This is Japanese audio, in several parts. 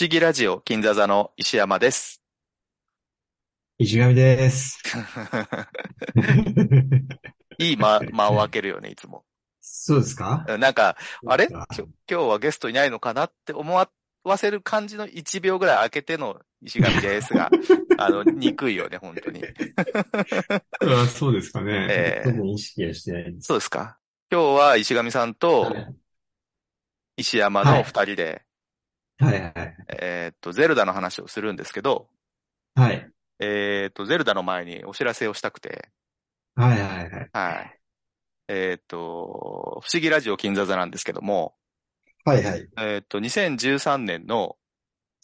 思議ラジオ金座座の石山 です。石上 です。いい間、間を開けるよね、いつも。そうですかうんなんか、あれそう今か日今日はゲストいないのかなって思わせる感じの1秒ぐらい開けての石上です が、あの、憎いよね、本当に。あそうですかね。ええ特に意識はしてないんです。そうですか。今日は石上さんと石山の2人で、はいはい。えーっと、ゼルダの話をするんですけど、はい。えーっと、ゼルダの前にお知らせをしたくて、はいはいはい。はい。えーっと、不思議ラジオ金座座なんですけども、はいはい。えーっと、2013年の、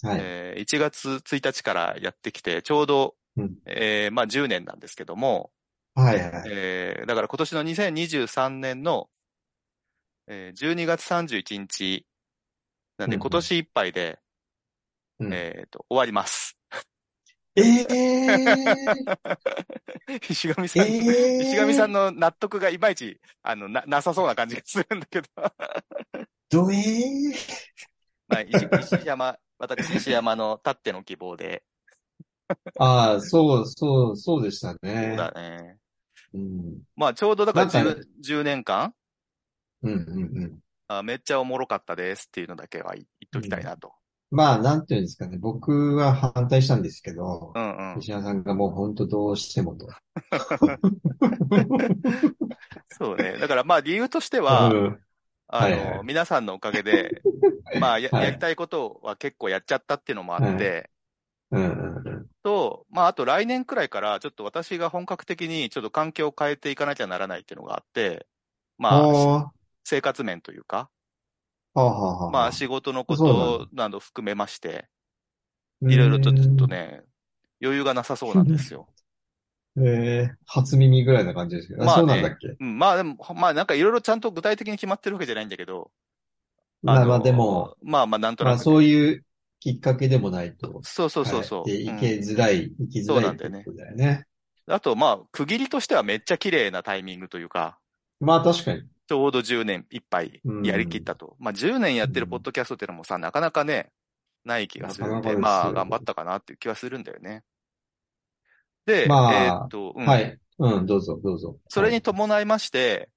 はい。えー1月1日からやってきて、ちょうど、うんえーまあ10年なんですけども、はいはい。えーだから今年の2023年の、えー12月31日、なんでうんうん今年いっぱいで、うんえーっと、終わります。 えー石上さん、え石上さんん。の納得がいまいち、あの、な、なさそうな感じがするんだけど。 どえーまあ、石石山、私、石山のたっての希望で。ああ、そうそう、そうでしたそうね。だね。うん。まあ、ちょうどだからなんか 10, 10年間うんうんうん。あ、めっちゃおもろかったですっていうのだけは言っときたいなと。まあ、なんていうんですかね。僕は反対したんですけどう、んうん。石原さんがもう本当どうし てもと。そうね。だからまあ、理由としては、 うんあの、はいはい皆さんのおかげ で、まあや、はいやりたいことは結構やっちゃったっていうのもあって、うんうんうん。と、まあ、あと来年くらいから、ちょっと私が本格的にちょっと環境を変えていかなきゃならないっていうのがあって、まあ、あ生活面というか、あ、はあはあはあまあ、仕事のこそうなとなど含めまして、いろいろとちょっとね、余裕がなさそうなんですよ。うーん。えー、初耳ぐらいな感じですけど。あまあねそうなんだっけうん、まあでも、まあなんかいろいろちゃんと具体的に決まってるわけじゃないんだけど、まあのまあでも、、まあまあなんとまなあくね、そういうきっかけでもないと。そうそうそうそう。はいうで、行んけづらい、行きづそうならいんっだよてねことだよね。あとまあ、区切りとしてはめっちゃ綺麗なタイミングというか、まあ確かに。ちょうど10年いっぱいやりきったと。まあ10年やってるポッドキャストっていうのもさ、なかなかね、ない気がするんで、なかなかですまあ頑張ったかなっていう気はするんだよね。で、まあえーっと、うんはい。うん、どうぞ、どうぞ。それに伴いまして、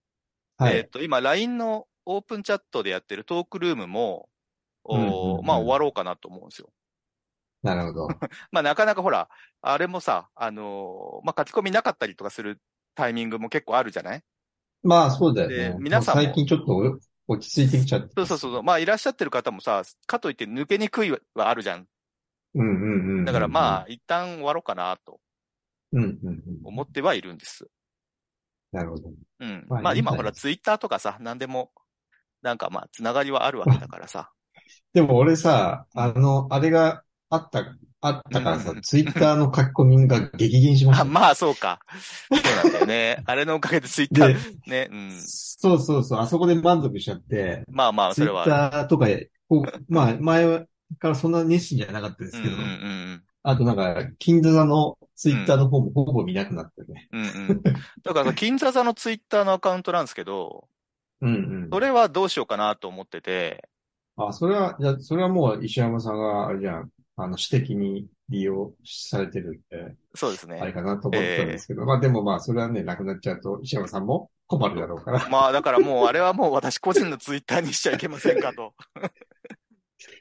はい、えーっと、今 LINE のオープンチャットでやってるトークルームも、おーうんうんうんまあ終わろうかなと思うんですよ。なるほど。まあなかなかほら、あれもさ、あのーまあ書き込みなかったりとかするタイミングも結構あるじゃないまあそうだよね。で皆さんもう最近ちょっと落ち着いてきちゃって。そうそうそう。まあいらっしゃってる方もさ、かといって抜けにくいはあるじゃん。うんうんうんうん。だからまあ、一旦終わろうかなとうんうんうん。思ってはいるんです。なるほど。うん。まあまあいいんじ今ゃないほら、ツイッターとかさ、何でも、なんかまあ、つながりはあるわけだからさ。でも俺さ、あの、あれがあった、あったからうさん、ツイッターの書き込みが激減しました あ、ね。まあそうか。そうなんだよ ね。あれのおかげでツイッタでー、、ね、うん。そうそうそう、あそこで満足しちゃって、まあまあ、そツイれッは。ターとかで、こう、まあ、前からそんな熱心じゃなかったでうすんけうんど、うんあとなんか、金座のツイッターの方もほぼ見なくなってね。うん。うんうん。だからさ、金座座のツイッターのアカウントなんですけど、うんうん。それはどうしようかなと思ってて、あ、それは、じゃあそれはもう石山さんが、あれじゃん、あの、私的に利用されてるんで、そうですあれね。かなと思ってたんですけど、まあでもまあ、それはね、なくなっちゃうと石山さんも困るだろうから。まあだからもう、あれはもう私個人のツイッターにしちゃいけませんかと。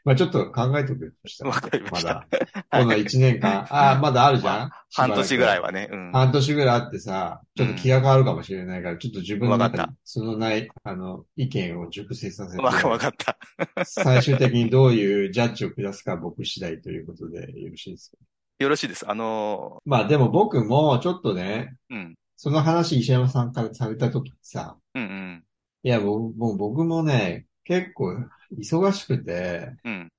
まあちょっと考えておくとしたわら、かりま ました。だ。この1年間、ああ、まだあるじゃん半年ぐらいははね。うん。半年ぐらいあってさ、ちょっと気が変わるかもしれないから、ちょっと自分のわ中かに、そのない、あの、意見を熟成させて、わかわかった。最終的にどういうジャッジを下すかは僕次第ということでよろしいですかよろしいです。あのまあでも僕もちょっとね、ーうん。その話石山さんからされた時にさ、うんうん。いや、僕もう僕もね、結構忙しくて、うん。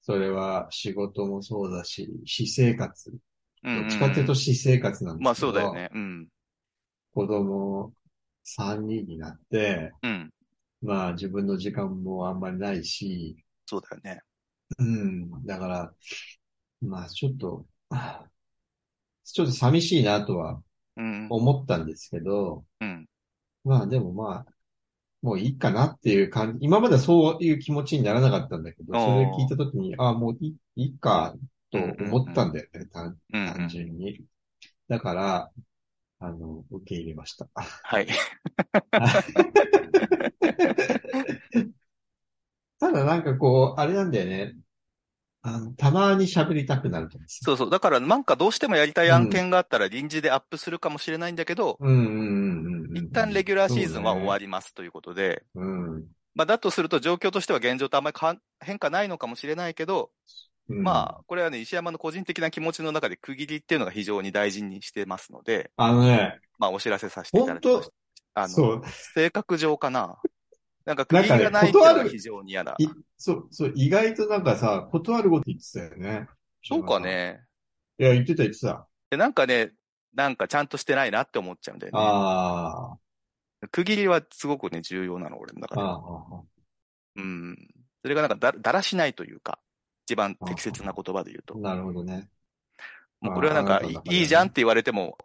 それは仕事もそうだし、私生活。うどんっちかっていうと私生活なんまであすけそど、うだよね。うん。子供3人になって、うん。まあ自分の時間もあんまりないし、そうだよね。うん、だから、まあちょっと、はあちょっと寂しいなとはうん。思ったんですけど、うん。まあでもまあ、もういいかなっていう感じ、今まではそういう気持ちにならなかったんだけど、あーそれ聞いたときに、ああ、もういい、いいか、と思ったんだよね、単うんうん、単純に。だから、あの、受け入れました。 はい。 ただなんかこう、あれなんだよね。あの、たまに喋りたくなると思そうそう。だからなんかどうしてもやりたい案件があったら臨時でアップするかもしれないんだけど、うんうんうんうんうん。一旦レギュラーシーズンは終わりますということで、そうね。うん。まあだとすると状況としては現状とあんまり変わ変化ないのかもしれないけど、うんまあこれはね、石山の個人的な気持ちの中で区切りっていうのが非常に大事にしてますので、あのね、まあお知らせさせていただきまし本た。あその、う、性格上かな。なんか区切りがないっていうのが非常に嫌だ。いそう、そう、意外となんかさ、断ること言ってたよね。そうか。ね。いや、言ってた言ってた。で、なんかね、なんかちゃんとしてないなって思っちゃうんだよね。あ区切りはすごくね、重要なの、俺のー中あー、で。あうーん。それがなんかだだらしないというか、一番適切な言葉で言うと。なるほどね。もうこれはなんかあーいなんかねいいじゃんって言われても、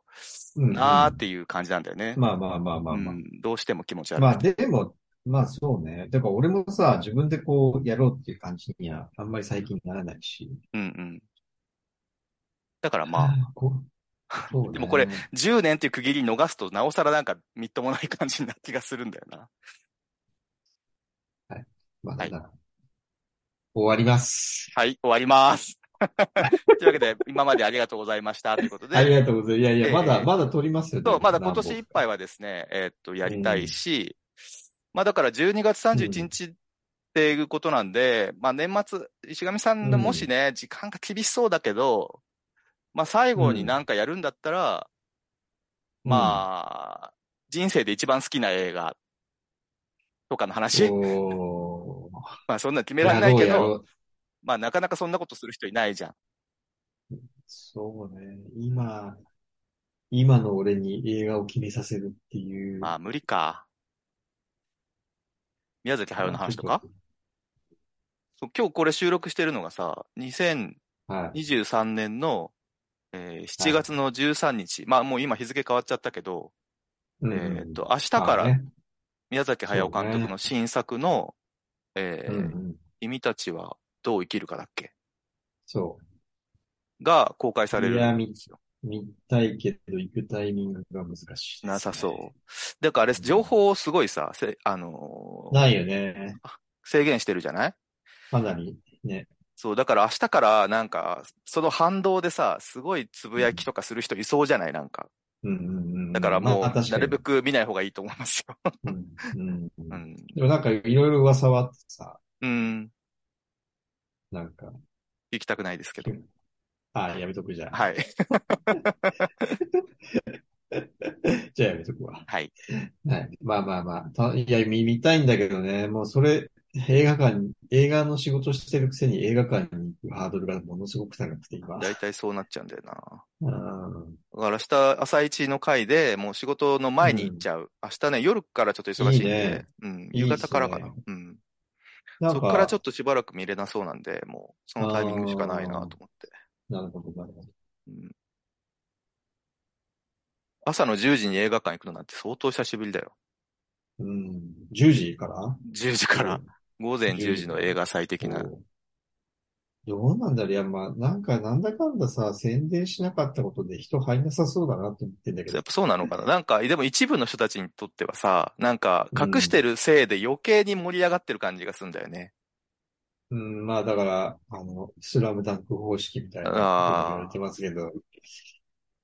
うんうんなーっていう感じなんだよね。まあまあまあまあうまあ。ん、どうしても気持ち悪い。まあでも、まあそうね。だから俺もさ、自分でこうやろうっていう感じにはあんまり最近ならないし。うんうん。だからまあ、あ、こうそうねでもこれ、10年っていう区切り逃すと、なおさらなんかみっともない感じになる気がするんだよな。まあはいだから終わります。はい、終わり ます。というわけで、今までありがとうございましたということで。ありがとうございます。いやいえや、えまだ、まだ撮りますよ。そう、まだ今何本年いっぱいはですね、えーっと、やりたいし、まあだから12月31日っていうことなんで、まあ年末、石上さんのもしね、時間が厳しそうだけど、まあ最後になんかやるんだったら、まあ、人生で一番好きな映画とかの話、うんおーまあそんな決められないけやろうやろど、うまあなかなかそんなことする人いないじゃん。そうね。今、今の俺に映画を決めさせるっていう。まあ無理か。宮崎駿の話とかそう今日これ収録してるのがさ、2000、はい。 23年の、えー7月の13日、まあもう今日付変わっちゃったけど、うんえうんーっと、明日かまあらね宮崎駿監督の新作の、えうんうーん君たちはどう生きるかだっけそが公開されるいや見んですよ。う。見たいけど、行くタイミングが難しいですねなさそう。だからあれ、情報をすごいさ、せあのーないよね。制限してるじゃないかなりね。そう、だから明日からなんか、その反動でさ、すごいつぶやきとかする人いそうじゃないなんか。うんうんうん。だからもまあう、確かなにるべく見ない方がいいと思いますよ。うんうんうんうん。でもなんかいろいろ噂はあってさ、うん。なんか、行きたくないですけど。あやめとくじゃん。はい。じゃあやめとくわ。はい。はい。まあまあまあ。たいや、見、見たいんだけどね。もうそれ、映画館に、映画の仕事してるくせに映画館に行くハードルがものすごく高くて今。大体そうなっちゃうんだよな。うん。だから明日、朝一の回でもう仕事の前に行っちゃう。明日ね、夜からちょっと忙しいんで、いいねうん、いい夕っすね方からかな。うん。なんそこからちょっっとしばらく見れなそうなんで、もう、そのタイミングしかないなと思って。と。なるほど、なるほど。うん。朝の10時に映画館行くのなんて相当久しぶりだよ。うん。10時から10時から、午前10時の映画祭的な。どうなんだろういや、まあ、なんか、なんだかんださ、宣伝しなかったことで人入んなさそうだなって言ってんだけやどっ。ぱそうなのかななんか、でも一部の人たちにとってはさ、なんか隠してるせいで余計に盛り上がってる感じがするんだよね。うん、まあ、だから、あの、スラムダンク方式みたいなこと言あーわれてますけど。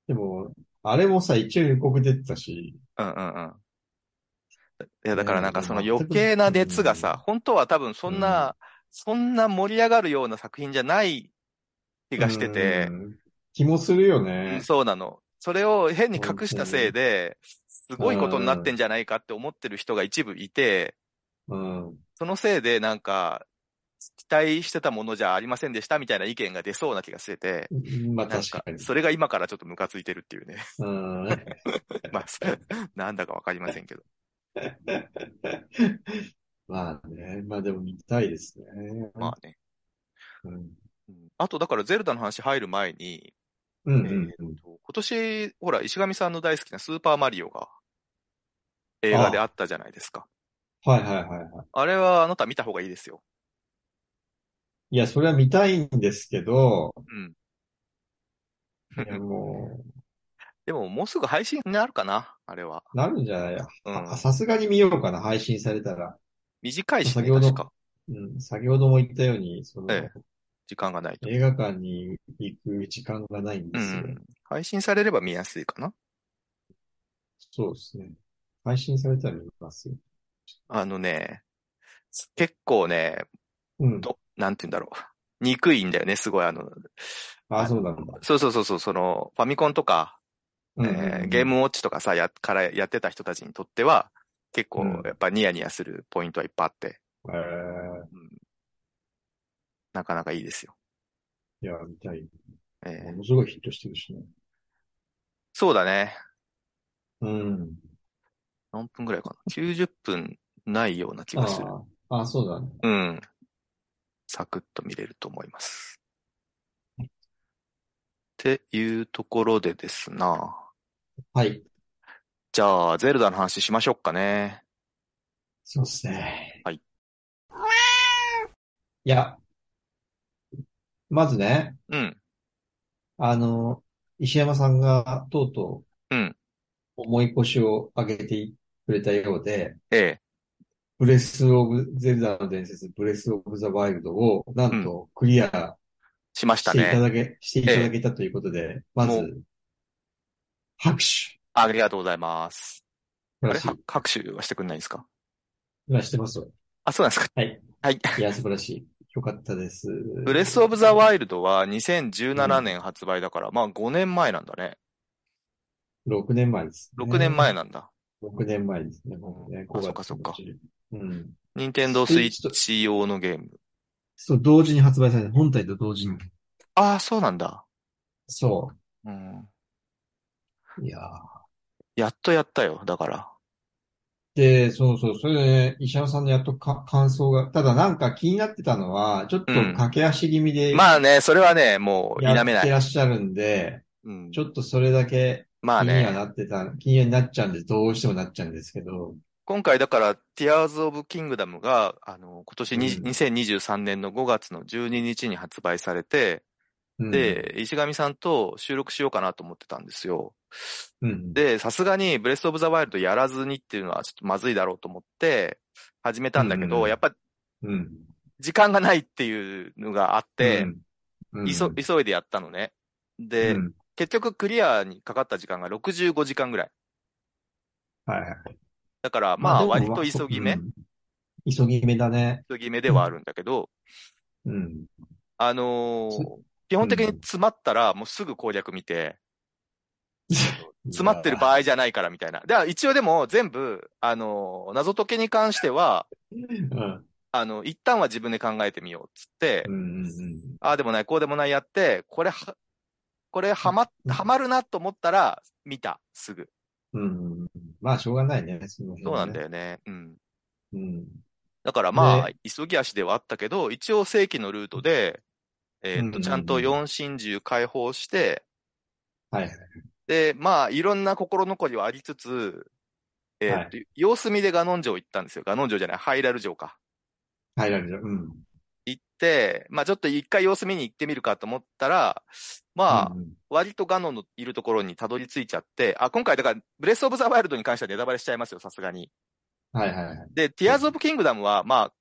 でも、あれもさ、一応予告出てたし、うんうんうん。いや、だからなんかそのいや余計な熱が全くさ、本当は多分そんな、そんな盛り上がるような作品じゃない気がしててう、ん気もするようねん。そうなの。それを変に隠したせいで、すごいことになってんじゃないかって思ってる人が一部いて、うん。そのせいでなんか、期待してたものじゃありませんでしたみたいな意見が出そうな気がしてて、まあ、なん確かか、に。それが今からちょっとムカついてるっていう ね。うん。まあ、そなんだかわかりませんけど。まあね、まあでも見たいですね。まあね。うん。うんあと、だから、ゼルダの話入る前に、うんえうーんうん。と今年、ほら、石上さんの大好きなスーパーマリオが映画であったじゃないですか。はいはいはいはい。あれはあなた見た方がいいですよ。いや、それは見たいんですけど、うん。いやも でももうすぐ配信になるかなあれは。う、なるんじゃないうん。あさすがに見ようかな、配信されたら。短いし、ね、先ほど確か。うん、先ほども言ったように、その、え時間がないと。映画館に行く時間がないんうですよ。ん。配信されれば見やすいかなそうですね。配信されたら見ますよ。あのね、結構ね、うん。ど、なんて言うんだろう。憎いんだよね、すごい。あの、あ、そうなんだ。そうそうそうそう、その、ファミコンとか、うんうんえーゲームウォッチとかさ、や、からやってた人たちにとっては、結構うん、やっぱニヤニヤするポイントはいっぱいあって、えー、なかなかいいですよ。いや、見たい。えーものすごいヒットしてるしね。そうだね。うん。何分ぐらいかな。90分ないような気あがする。ーあ、そうだね。うん。サクッと見れると思います。っていうところでですな。はい。じゃあ、ゼルダの話しましょうかね。そうですね。はい。いや、まずね、うん。あの、石山さんがとうとう、うん重い腰を上げてくれたようで、ええ。ブレスオブゼルダの伝説、ブレスオブザワイルドを、なんとクリアしまししたていたね。だけ、していただけたということで、まもず、拍手。ありがとうございます。あれ、素晴らはしい拍手はしてくんないんですか今してますよ。あ、そうなんですか。はい。 はい。いや、素晴らしい。よかったです。ブレスオブザワイルドは2017年発売だから、まあ5年前なんだね。 6年前です、 6年前なんだ。 6年前ですね。もうね、あそっかそっか5月のうちうん。任天堂スイッチ用のゲーム。そう、同時に発売された。本体と同時に。ああ、そうなんだ。そうん。う。いやーやっとやったよ。だから。で、そうそう、それでね、石原さんのやっとか感想が、ただなんか気になってたのは、ちょっとうん駆け足気味で、まあね、それはね、もう否やめなってい。らっしゃるんで、うんちょっとそれだけまあ気にはなね、ってた、気にはなっちゃうんです。どうしてもなっちゃうんですけど、今回だから、Tears of Kingdom が、あの、今年に、うん2023年の5月の12日に発売されて、うん、で、石上さんと収録しようかなと思ってたんですよ。うん、で、さすがにブレスオブザワイルドやらずにっていうのはちょっとまずいだろうと思って、始めたんだけうんうど、んやっぱうん、時間がないっていうのがあって、うん、急うん、急いでやったのね。で、うん、結局クリアにかかった時間が65時間ぐらい。はいはい。だから、まあでも割と急ぎ目、うん急ぎ目だね。急ぎ目ではあるんだけど、うん。あのーつ基本的に詰まったらもうすぐ攻略見て、詰まってる場合。合じゃないからみたいな。では一応でも全部、あのー謎解きに関しては、うん、あの、一旦は自分で考えてみようっつって、うん、うんああでもない、こうでもないやって、これは、これはま、はまるなと思ったら見た、すぐ。うん、うんうん。まあ、しょうがないね、その辺そうはなんねだよね。うん。うん。だからまあね、急ぎ足ではあったけど、一応正規のルートで、えーっうんうんうと、んちゃんと四神獣解放して、はいはい。で、まあ、いろんな心残りはありつつ、えーっと、様子見でガノン城行ったんですよ。ガノン城じゃない、ハイラル城か。入られる。うん。行って、まあちょっと一回様子見に行ってみるかと思ったら、まあ、うんうん割とガノンのいるところにたどり着いちゃって、あ、今回だから、ブレスオブザワイルドに関してはネタバレしちゃいますよ、さすがに。はいはいはい。で、ティアーズオブキングダムは、まあ、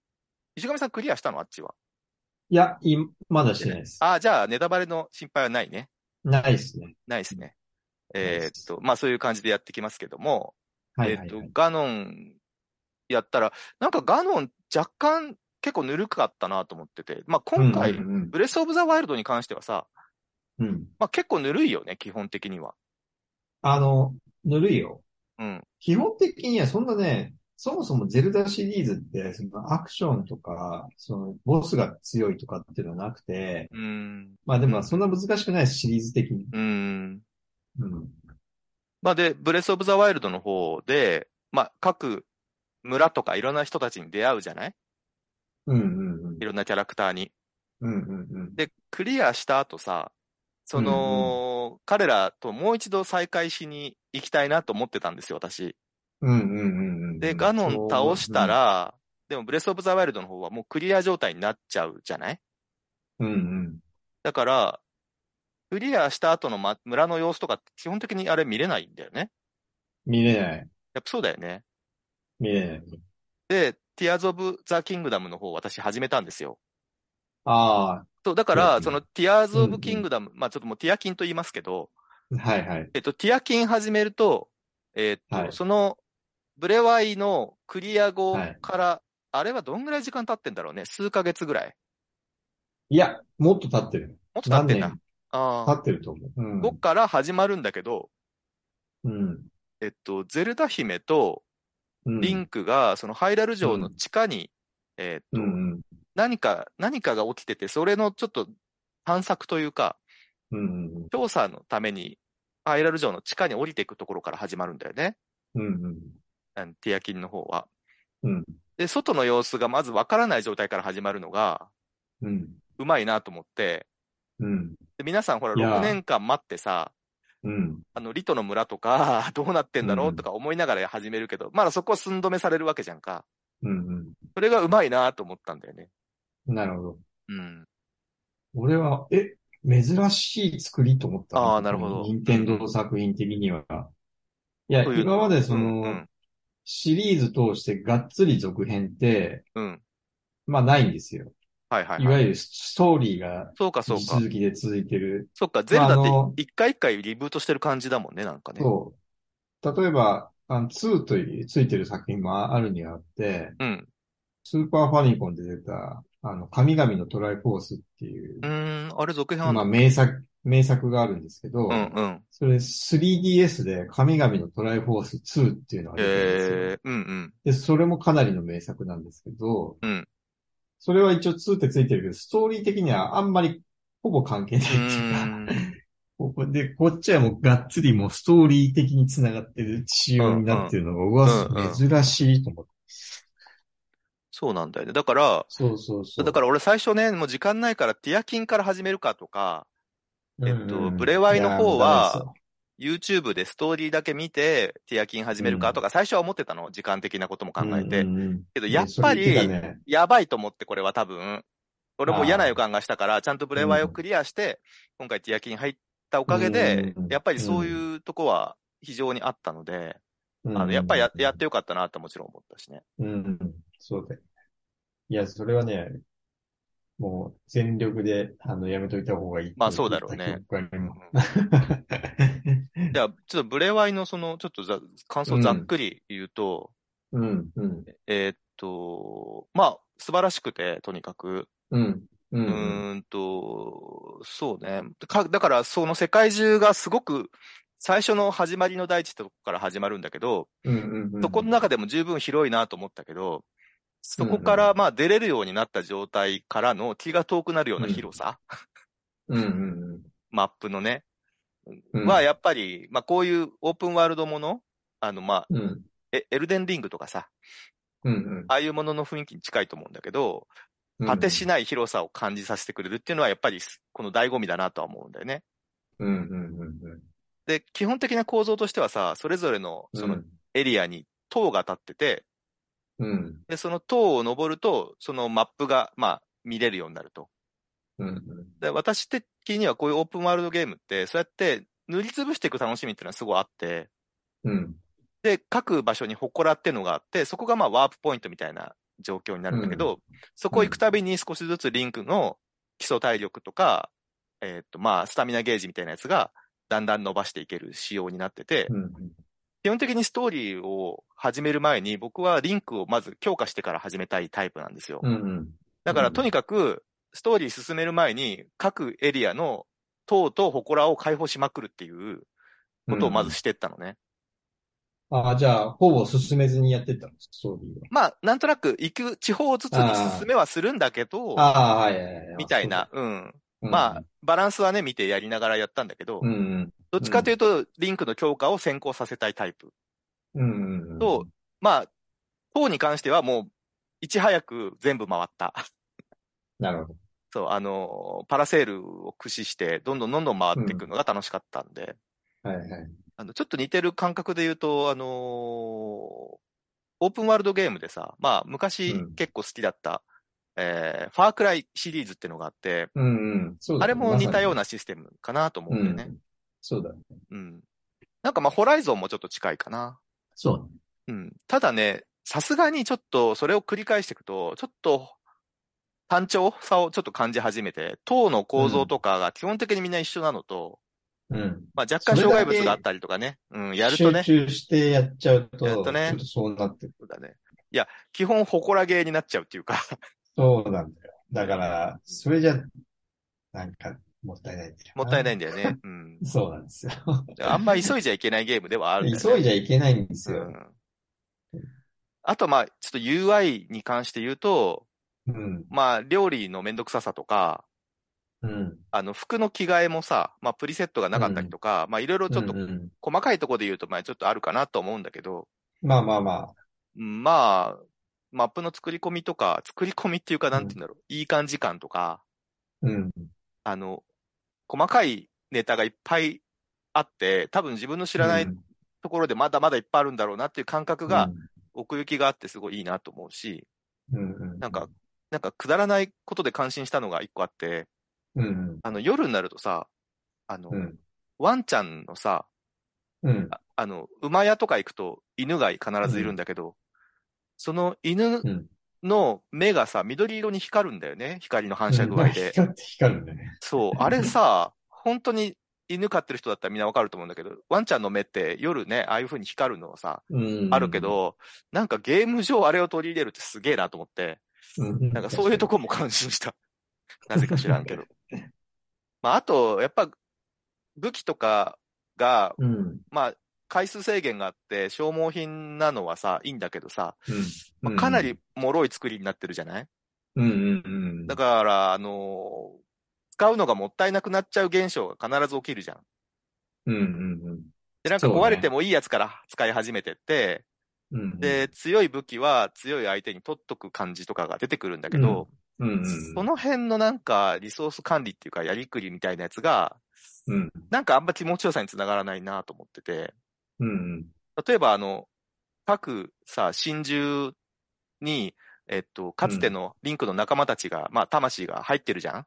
石上さんクリアしたのあっちは。いや、い、まだしてないです。あ、じゃあ、ネタバレの心配はないね。ないですね。ないですね。んえーっと、まあそういう感じでやってきますけども、はいはいえーはっいと、。ガノンやったら、なんかガノン若干結構ぬるかったなと思ってて、まあ今回、うんうんブレスオブザワイルドに関してはさ、うん、うん。まあ結構ぬるいよね、基本的には。あの、ぬるいよ。うん。基本的にはそんなね、そもそもゼルダシリーズって、そのアクションとか、そのボスが強いとかっていうのはなくて、うーん。まあでもそんな難しくないですシリーズ的に。うーん。うん。まあで、ブレスオブザワイルドの方で、まあ各村とかいろんな人たちに出会うじゃないうんうんうんい。ろんなキャラクターに。うんうんうん。で、クリアした後さ、その、彼らともう一度再会しに行きたいなと思ってたんですよ、私。うんうんうんうん。で、ガノン倒した、ら、でもブレスオブザワイルドの方はもうクリア状態になっちゃうじゃないうんうん。だから、クリアした後の、ま、村の様子とか基本的にあれ見れないんだよね。見れない。やっぱそうだよね。見れない。で、ティアーズ・オブ・ザ・キングダムの方私始めたんですよ。あそう、だかそうら、ですそねのティアーズ・オうんうブ・んキングダム、まあちょっともうティアキンと言いますけど、あ、はいはい。えっと、ティアキン始めると、えっと、はいその、ブレワイのクリア後はいから、あれはどんぐらい時間経ってんだろうね数ヶ月ぐらい。いや、もっと経ってる。もっと経ってんな何。あ経あ。ってると思う。うん。こっから始まるんだけど、うん。えっと、ゼルダ姫とうんリンクが、そのハイラル城の地下に、えっうと、んうん。何か、何かが起きてて、それのちょっと探索というか、うんうん調査のために、ハイラル城の地下に降りていくところから始まるんだよね。うん。うんうん。あのティアキンの方は。うんで、外の様子がまずわからない状態から始まるのが、うん。うまいなと思って、うん。で皆さんほら、いや6ー年間待ってさ、うん。あの、リトの村とか、 どうなってんだろううんとか思いながら始めるけど、まだそこは寸止めされるわけじゃんか。うん。それがうまいなと思ったんだよね。うん。なるほど。うん。俺は、え、珍しい作りと思った。あーなるほど任天堂の作品的には。いや、という今までそうんうのん、シリーズ通してがっつり続編って、うん。まあないんですよ。はいはいいはい。わゆるストーリーがそうかそう地か。続きで続いてる。そっか、ゼルダっまああのて一回一回リブートしてる感じだもんね、なんかね。そう。例えば、あの2というついてる作品もあるにはあって、うん。スーパーファニコンで出た、あの、神々のトライフォースっていうう、ーん、あれ続編あんまあの名作、名作があるんですけど、うんうん。それ 3DS で神々のトライフォース2っていうのが出てるんですよ。えー、うんう ん。で、それもかなりの名作なんですけど、うんそれは一応2ってついてるけど、ストーリー的にはあんまりほぼ関係なういっていうか、ーん。ここで、こっちはもうがっつりもうストーリー的に繋がってる仕様になってるのが、ううんうわん、珍しいと思って。そうなんだよね。だから、そうそうそう。だから俺最初ね、もう時間ないからティアキンから始めるかとか、うんうん、えっとブレワイの方はいやー、ダメですよ YouTube でストーリーだけ見て、ティアキン始めるかとか、最初は思ってたの。時間的なことも考えてう。んうんうんけど、やっぱいやそれり、言ってたねやばいと思って、これは多分。俺も嫌な予感がしたから、ちゃんとブレワイをクリアして、今回ティアキン入ったおかげでうん、やっぱりそういうとこは非常にあったので、うんあの、やっぱりややってよかったなってもちろん思ったしね。うん、そうだよね。いや、それはね、もう全力で、あの、やめといた方がいいってまあそうだろうね言った記憶があります。じゃあ、ちょっとブレワイのその、ちょっとざ感想ざっくり言うと、うん、うん、えーっと、まあ、素晴らしくて、とにかく。うん、う、うんーんと、そうね。かだから、その世界中がすごく、最初の始まりの大地ってとこから始まるんだけど、うん、うん、うん。そこの中でも十分広いなと思ったけど、そこからまあ出れるようになった状態からの気が遠くなるような広さ、うん、うん、マップのね、うん。はやっぱり、まあこういうオープンワールドもの、あのまあ、うん、うん、エエルデンリングとかさ、うん、ああいうものの雰囲気に近いと思うんだけど、うん。果てしない広さを感じさせてくれるっていうのはやっぱりすこの醍醐味だなとは思うんだよね。うん、うん、うん、うん。で、基本的な構造としてはさ、それぞれのそのエリアに塔が立ってて、うん、で、その塔を登ると、そのマップが、まあ、見れるようになると。うん、うん、で、私的にはこういうオープンワールドゲームって、そうやって塗りつぶしていく楽しみっていうのはすごいあって、うん、で、各場所に祠っていうのがあって、そこがまあワープポイントみたいな状況になるんだけど、そこ行くたびに少しずつリンクの基礎体力とか、えーっとまあスタミナゲージみたいなやつがだんだん伸ばしていける仕様になってて、うん。基本的にストーリーを始める前に僕はリンクをまず強化してから始めたいタイプなんですよ。うん、うん。だからとにかく、ストーリー進める前に、各エリアの塔と祠を解放しまくるっていうことをまずしてったのね。ああ、じゃあ、ほぼ進めずにやってったの、ストーリーまあ、なんとなく行く地方ずつに進めはするんだけど、は。ああ、はい、はい、はい。みたいな、うん。まあ、バランスはね、見てやりながらやったんだけど、そうだ、うん、どっちかというと、リンクの強化を先行させたいタイプ。うん、うん、うん。と、まあ、塔に関してはもう、いち早く全部回った。 なるほど。そう、あの、パラセールを駆使して、どんどんどんどん回っていくのが楽しかったんで、はいはい。あの、ちょっと似てる感覚で言うと、あのーオープンワールドゲームでさ、まあ、昔うん結構好きだった、えー、ファークライシリーズってのがあって、うんうん。そうだあねれも似たようまなシステムかなと思うさにんだよね。うん。そうだね。うん。なんかまあ、ホライゾンもちょっと近いかな。そうね。うん。ただね、さすがにちょっとそれを繰り返していくと、ちょっと、単調さをちょっと感じ始めて、塔の構造とかが基本的にみんな一緒なのと、うん。まあ若干それ障だけ害物があったりとかね、うん、やるとね、集中してやっちゃうと、やるとねちょっとそうなってくる。そうだね。いや、基本、祠ゲーになっちゃうっていうか、 そうなんだよ。だから、それじゃ、なんか、もったいないんだよ。もったいないいんだよね。うん。そうなんですよ。あんま急いじゃいけないゲームではあるんだよね。 急いじゃいけないんですうよ。んあと、まあ、ちょっと UI に関して言うと、うん。まあ、料理のめんどくささとか、うん。あの、服の着替えもさ、まあ、プリセットがなかったりとか、まあ、いろいろちょっとうんうん細かいところで言うと、まあ、ちょっとあるかなと思うんだけど、まあまあまあ。うんまあ、マップの作り込みとか、作り込みっていうか、なんて言うんだろう、いい感じ感とか、うん。あの、細かいネタがいっぱいあって、多分自分の知らないところでまだまだいっぱいあるんだろうなっていう感覚が、奥行きがあってすごいいいなと思うし、うん、うん。なんか、なんかくだらないことで感心したのが一個あって、うん、うん。あの、夜になるとさ、あの、うん。ワンちゃんのさ、うん。ああの、馬屋とか行くと犬が必ずいるんだけど、その犬うんの目がさ、緑色に光るんだよね。光の反射具合で。光って光るね。そう、あれさ、本当に犬飼ってる人だったらみんなわかると思うんだけど、ワンちゃんの目って夜ね、ああいう風に光るのさ、うん。あるけ、ど、なんかゲーム上あれを取り入れるってすげえなと思って、うん、なんかそういうとこも感心 した。なぜか知らんけど。まあ、あと、やっぱ、武器とかが、うん。うん。まあ、回数制限があって消耗品なのはさ、いいんだけどさ、うまん。あ、かなり、脆い作りになってるじゃないうんうんうん。だから、あのー使うのがもったいなくなっちゃう現象が必ず起きるじゃん。うんうんで、なんかそうね壊れてもいいやつから使い始めてって、うん。うん。で、強い武器は強い相手に取っとく感じとかが出てくるんだけど、うんうん、その辺のなんかリソース管理っていうかやりくりみたいなやつが、うん、なんかあんま気持ちよさにつながらないなと思ってて、うん、例えばあの、各さ、真珠に、えっと、かつてのリンクの仲間たちが、まあ、魂が入ってるじゃん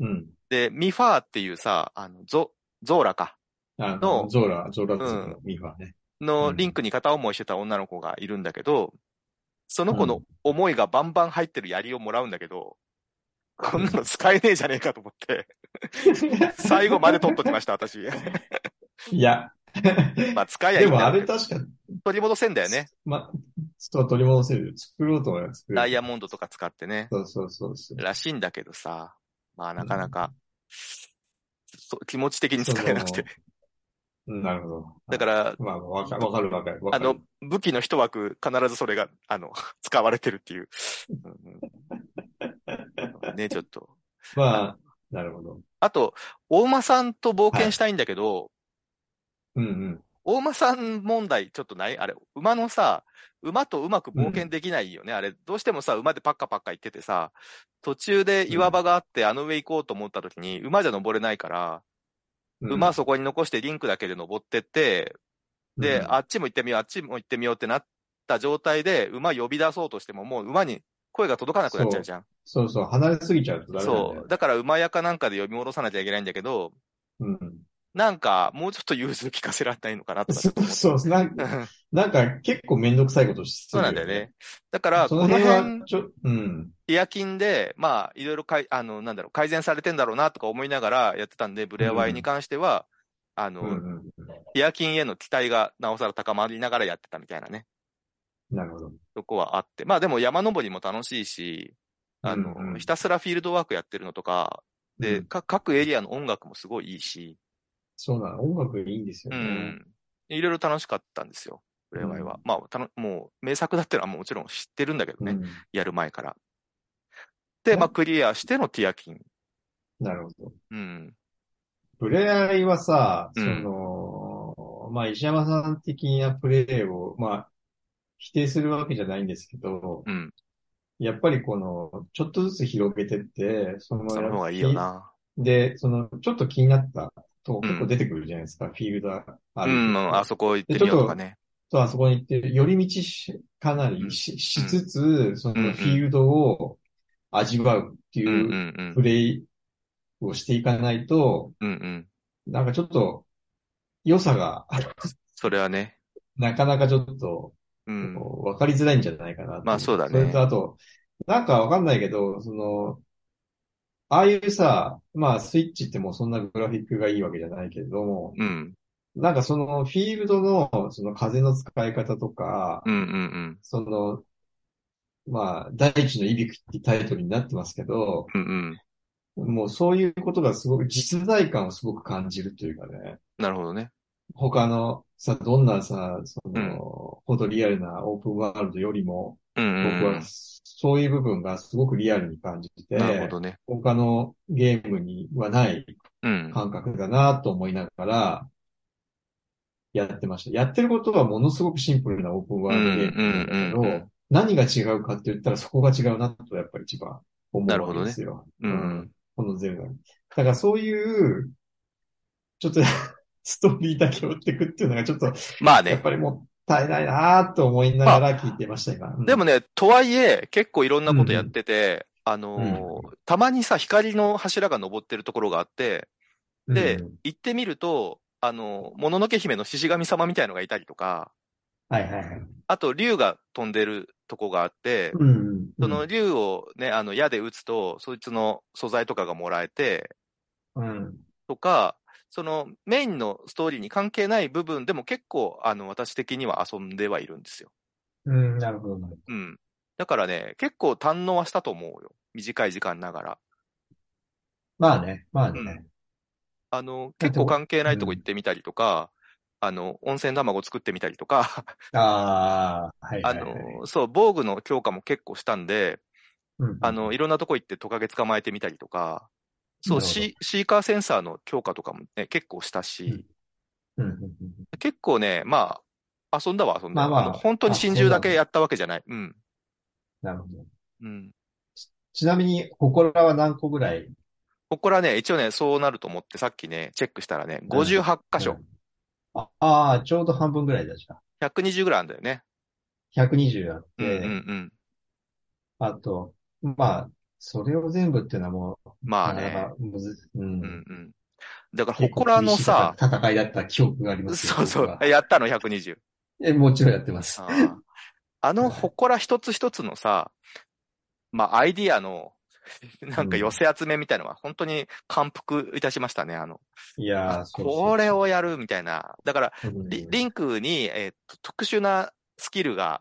うん。で、ミファーっていうさ、あの、ゾ、ゾーラか、あのの、ゾーラ、ゾーラうんのミファね。のうんリンクに片思いしてた女の子がいるんだけど、その子うの思いがバンバン入ってる槍をもらうんだけど、こんなの使えねえじゃねえかと思って、最後まで取っときました、私。 いや。まあ、使えやいいでんだもあろうれけど確か、取り戻せんだよね。ま、そう取り戻せる。作ろうと思えば作れる。ダイヤモンドとか使ってね。そうそうそうそう。らしいんだけどさ、まあ、なかなか、そう気持ち的に使えなくて。うんなるほど。だから、まあ、わかわかるわかる。わかあるの、、武器の一枠、必ずそれが、あの、 使われてるっていう。うんうんね、ちょっと。まあ、なるほど。あと、大間さんと冒険したいんだけど、うんうん。大間さん問題ちょっとないあれ、馬のさ、馬とうまく冒険できないよね。あれ、どうしてもさ、馬でパッカパッカ行っててさ、途中で岩場があって、あの上行こうと思った時に、馬じゃ登れないから、うん馬そこに残してリンクだけで登ってって、で、うんあっちも行ってみよう、あっちも行ってみようってなった状態で、馬呼び出そうとしても、もう馬に声が届かなくなっちゃうじゃん。そうそう、離れすぎちゃうとダメなんだそよう。。だから馬やかなんかで呼び戻さなきゃいけないんだけど、うん。なんか、もうちょっと融通聞かせられないのかなとかちそょっとう思って。そう、なんか、なんか結構めんどくさいことしてそうるなんだよね。。だから、そこのの辺は辺、ちょ、うん。エアキンで、まあ、いろいろかい、あの、なんだろう、改善されてんだろうなとか思いながらやってたんで、ブレワイに関しては、あうんうの、んエアキンへの期待がなおさら高まりながらやってたみたいなね、なるほど。とこはあって。まあでも山登りも楽しいし、あの、うんうんひたすらフィールドワークやってるのとか、で、か各エリアの音楽もすごいいいし、そうなの。音楽いいんですようね。ん。いろいろ楽しかったんですよ、ブレワイは。うまあ、たの、もう、名作だってのはもちろん知ってるんだけどね。うんやる前から。で、まあ、クリアしてのティアキン。なるほど。うん。プレイヤーはさ、うそんの、まあ、石山さん的なプレイを、まあ、否定するわけじゃないんですけどう、ん。やっぱりこの、ちょっとずつ広げてって、そのその方がいいよな。で、その、ちょっと気になったとこ結構出てくるじゃないですか、フィールドあうるん、うんあそこ行ってみようとかね。そう、あそこに行って、寄り道し、かなりし,、しつつ、そうんうんのフィールドを味わうってうんういうんプレイをしていかないと、うん。うんうん。なんかちょっと、良さが、 それはね。なかなかちょっと、うん。わかりづらいんじゃないかなと。まあそうだねそれとあと、なんかわかんないけど、その、ああいうさ、まあスイッチってもうそんなグラフィックがいいわけじゃないけれども、うん。なんかそのフィールドのその風の使い方とか、うんうんその、まあ、大地のいびきってタイトルになってますけど、うん。うんうん。もうそういうことがすごく実在感をすごく感じるというかね、なるほどね。他のさ、どんなさ、その、ほどリアルなオープンワールドよりも、うんうん僕うはそういう部分がすごくリアルに感じて、ん。なるほどね。他のゲームにはないうん。感覚だなと思いながら、やってました。やってることはものすごくシンプルなオープンワールドゲームなんだけど、うんうんうんうん何が違うかって言ったらそこが違うなとやっぱり一番思うなるほわどけねですよ。うんううんん。このゼルダに。だからそういう、ちょっとストーリーだけ追ってくっていうのがちょっと、まあやっね。ぱりもったいないなと思いながら聞いてました、今。うんでもね、とはいえ、結構いろんなことやってて、あのーたまにさ、光の柱が登ってるところがあって、でうん、行ってみると、あのー、もののけ姫の獅子神様みたいのがいたりとか、はいはいはい。あと、竜が飛んでるとこがあって、うんうん。その竜をね、あの、矢で撃つと、そいつの素材とかがもらえて、うん、とか、そのメインのストーリーに関係ない部分でも結構、あの、私的には遊んではいるんですよ。うん、なるほどなるほど。うん。だからね、結構堪能はしたと思うよ。短い時間ながら。まあね、まあね。うんあの、だっ結て構関係ないとこ行ってみたりとか、あの、温泉卵作ってみたりとか、ああ、はいはあいはい。の、そう、防具の強化も結構したんで、うんあの、いろんなとこ行ってトカゲ捕まえてみたりとか、そう、なるほどシーシーカーセンサーの強化とかもね、結構したし、うんうんうんうん結構ね、まあ、遊んだは遊んだ。まあまあの本当に真珠だけやったわけじゃない。うん。なるほど。うん。ちなみに、ほこらは何個ぐらいここらね、一応ね、そうなると思って、さっきね、チェックしたらね、58箇所、ああー、ちょうど半分ぐらいだじゃん。 120ぐらいあるんだよね。 120あっうんうんうて、ん。あと、まあ、それを全部っていうのはもう、まあなかなね。かむず、う。うんんうん。だから、ほ結構こらの厳しいさ、戦いだった記憶がありますよそうそ僕う、はやったの120。え、もちろんやってます。あーあのほこら一つ一つのさ、まあ、アイディアの、なんか寄せ集めみたいのは、本当に感服いたしましたね、あの。いやー、あそうそうそうこれ、をやるみたいな。だから、うんリリンクに、えーと特殊なスキルが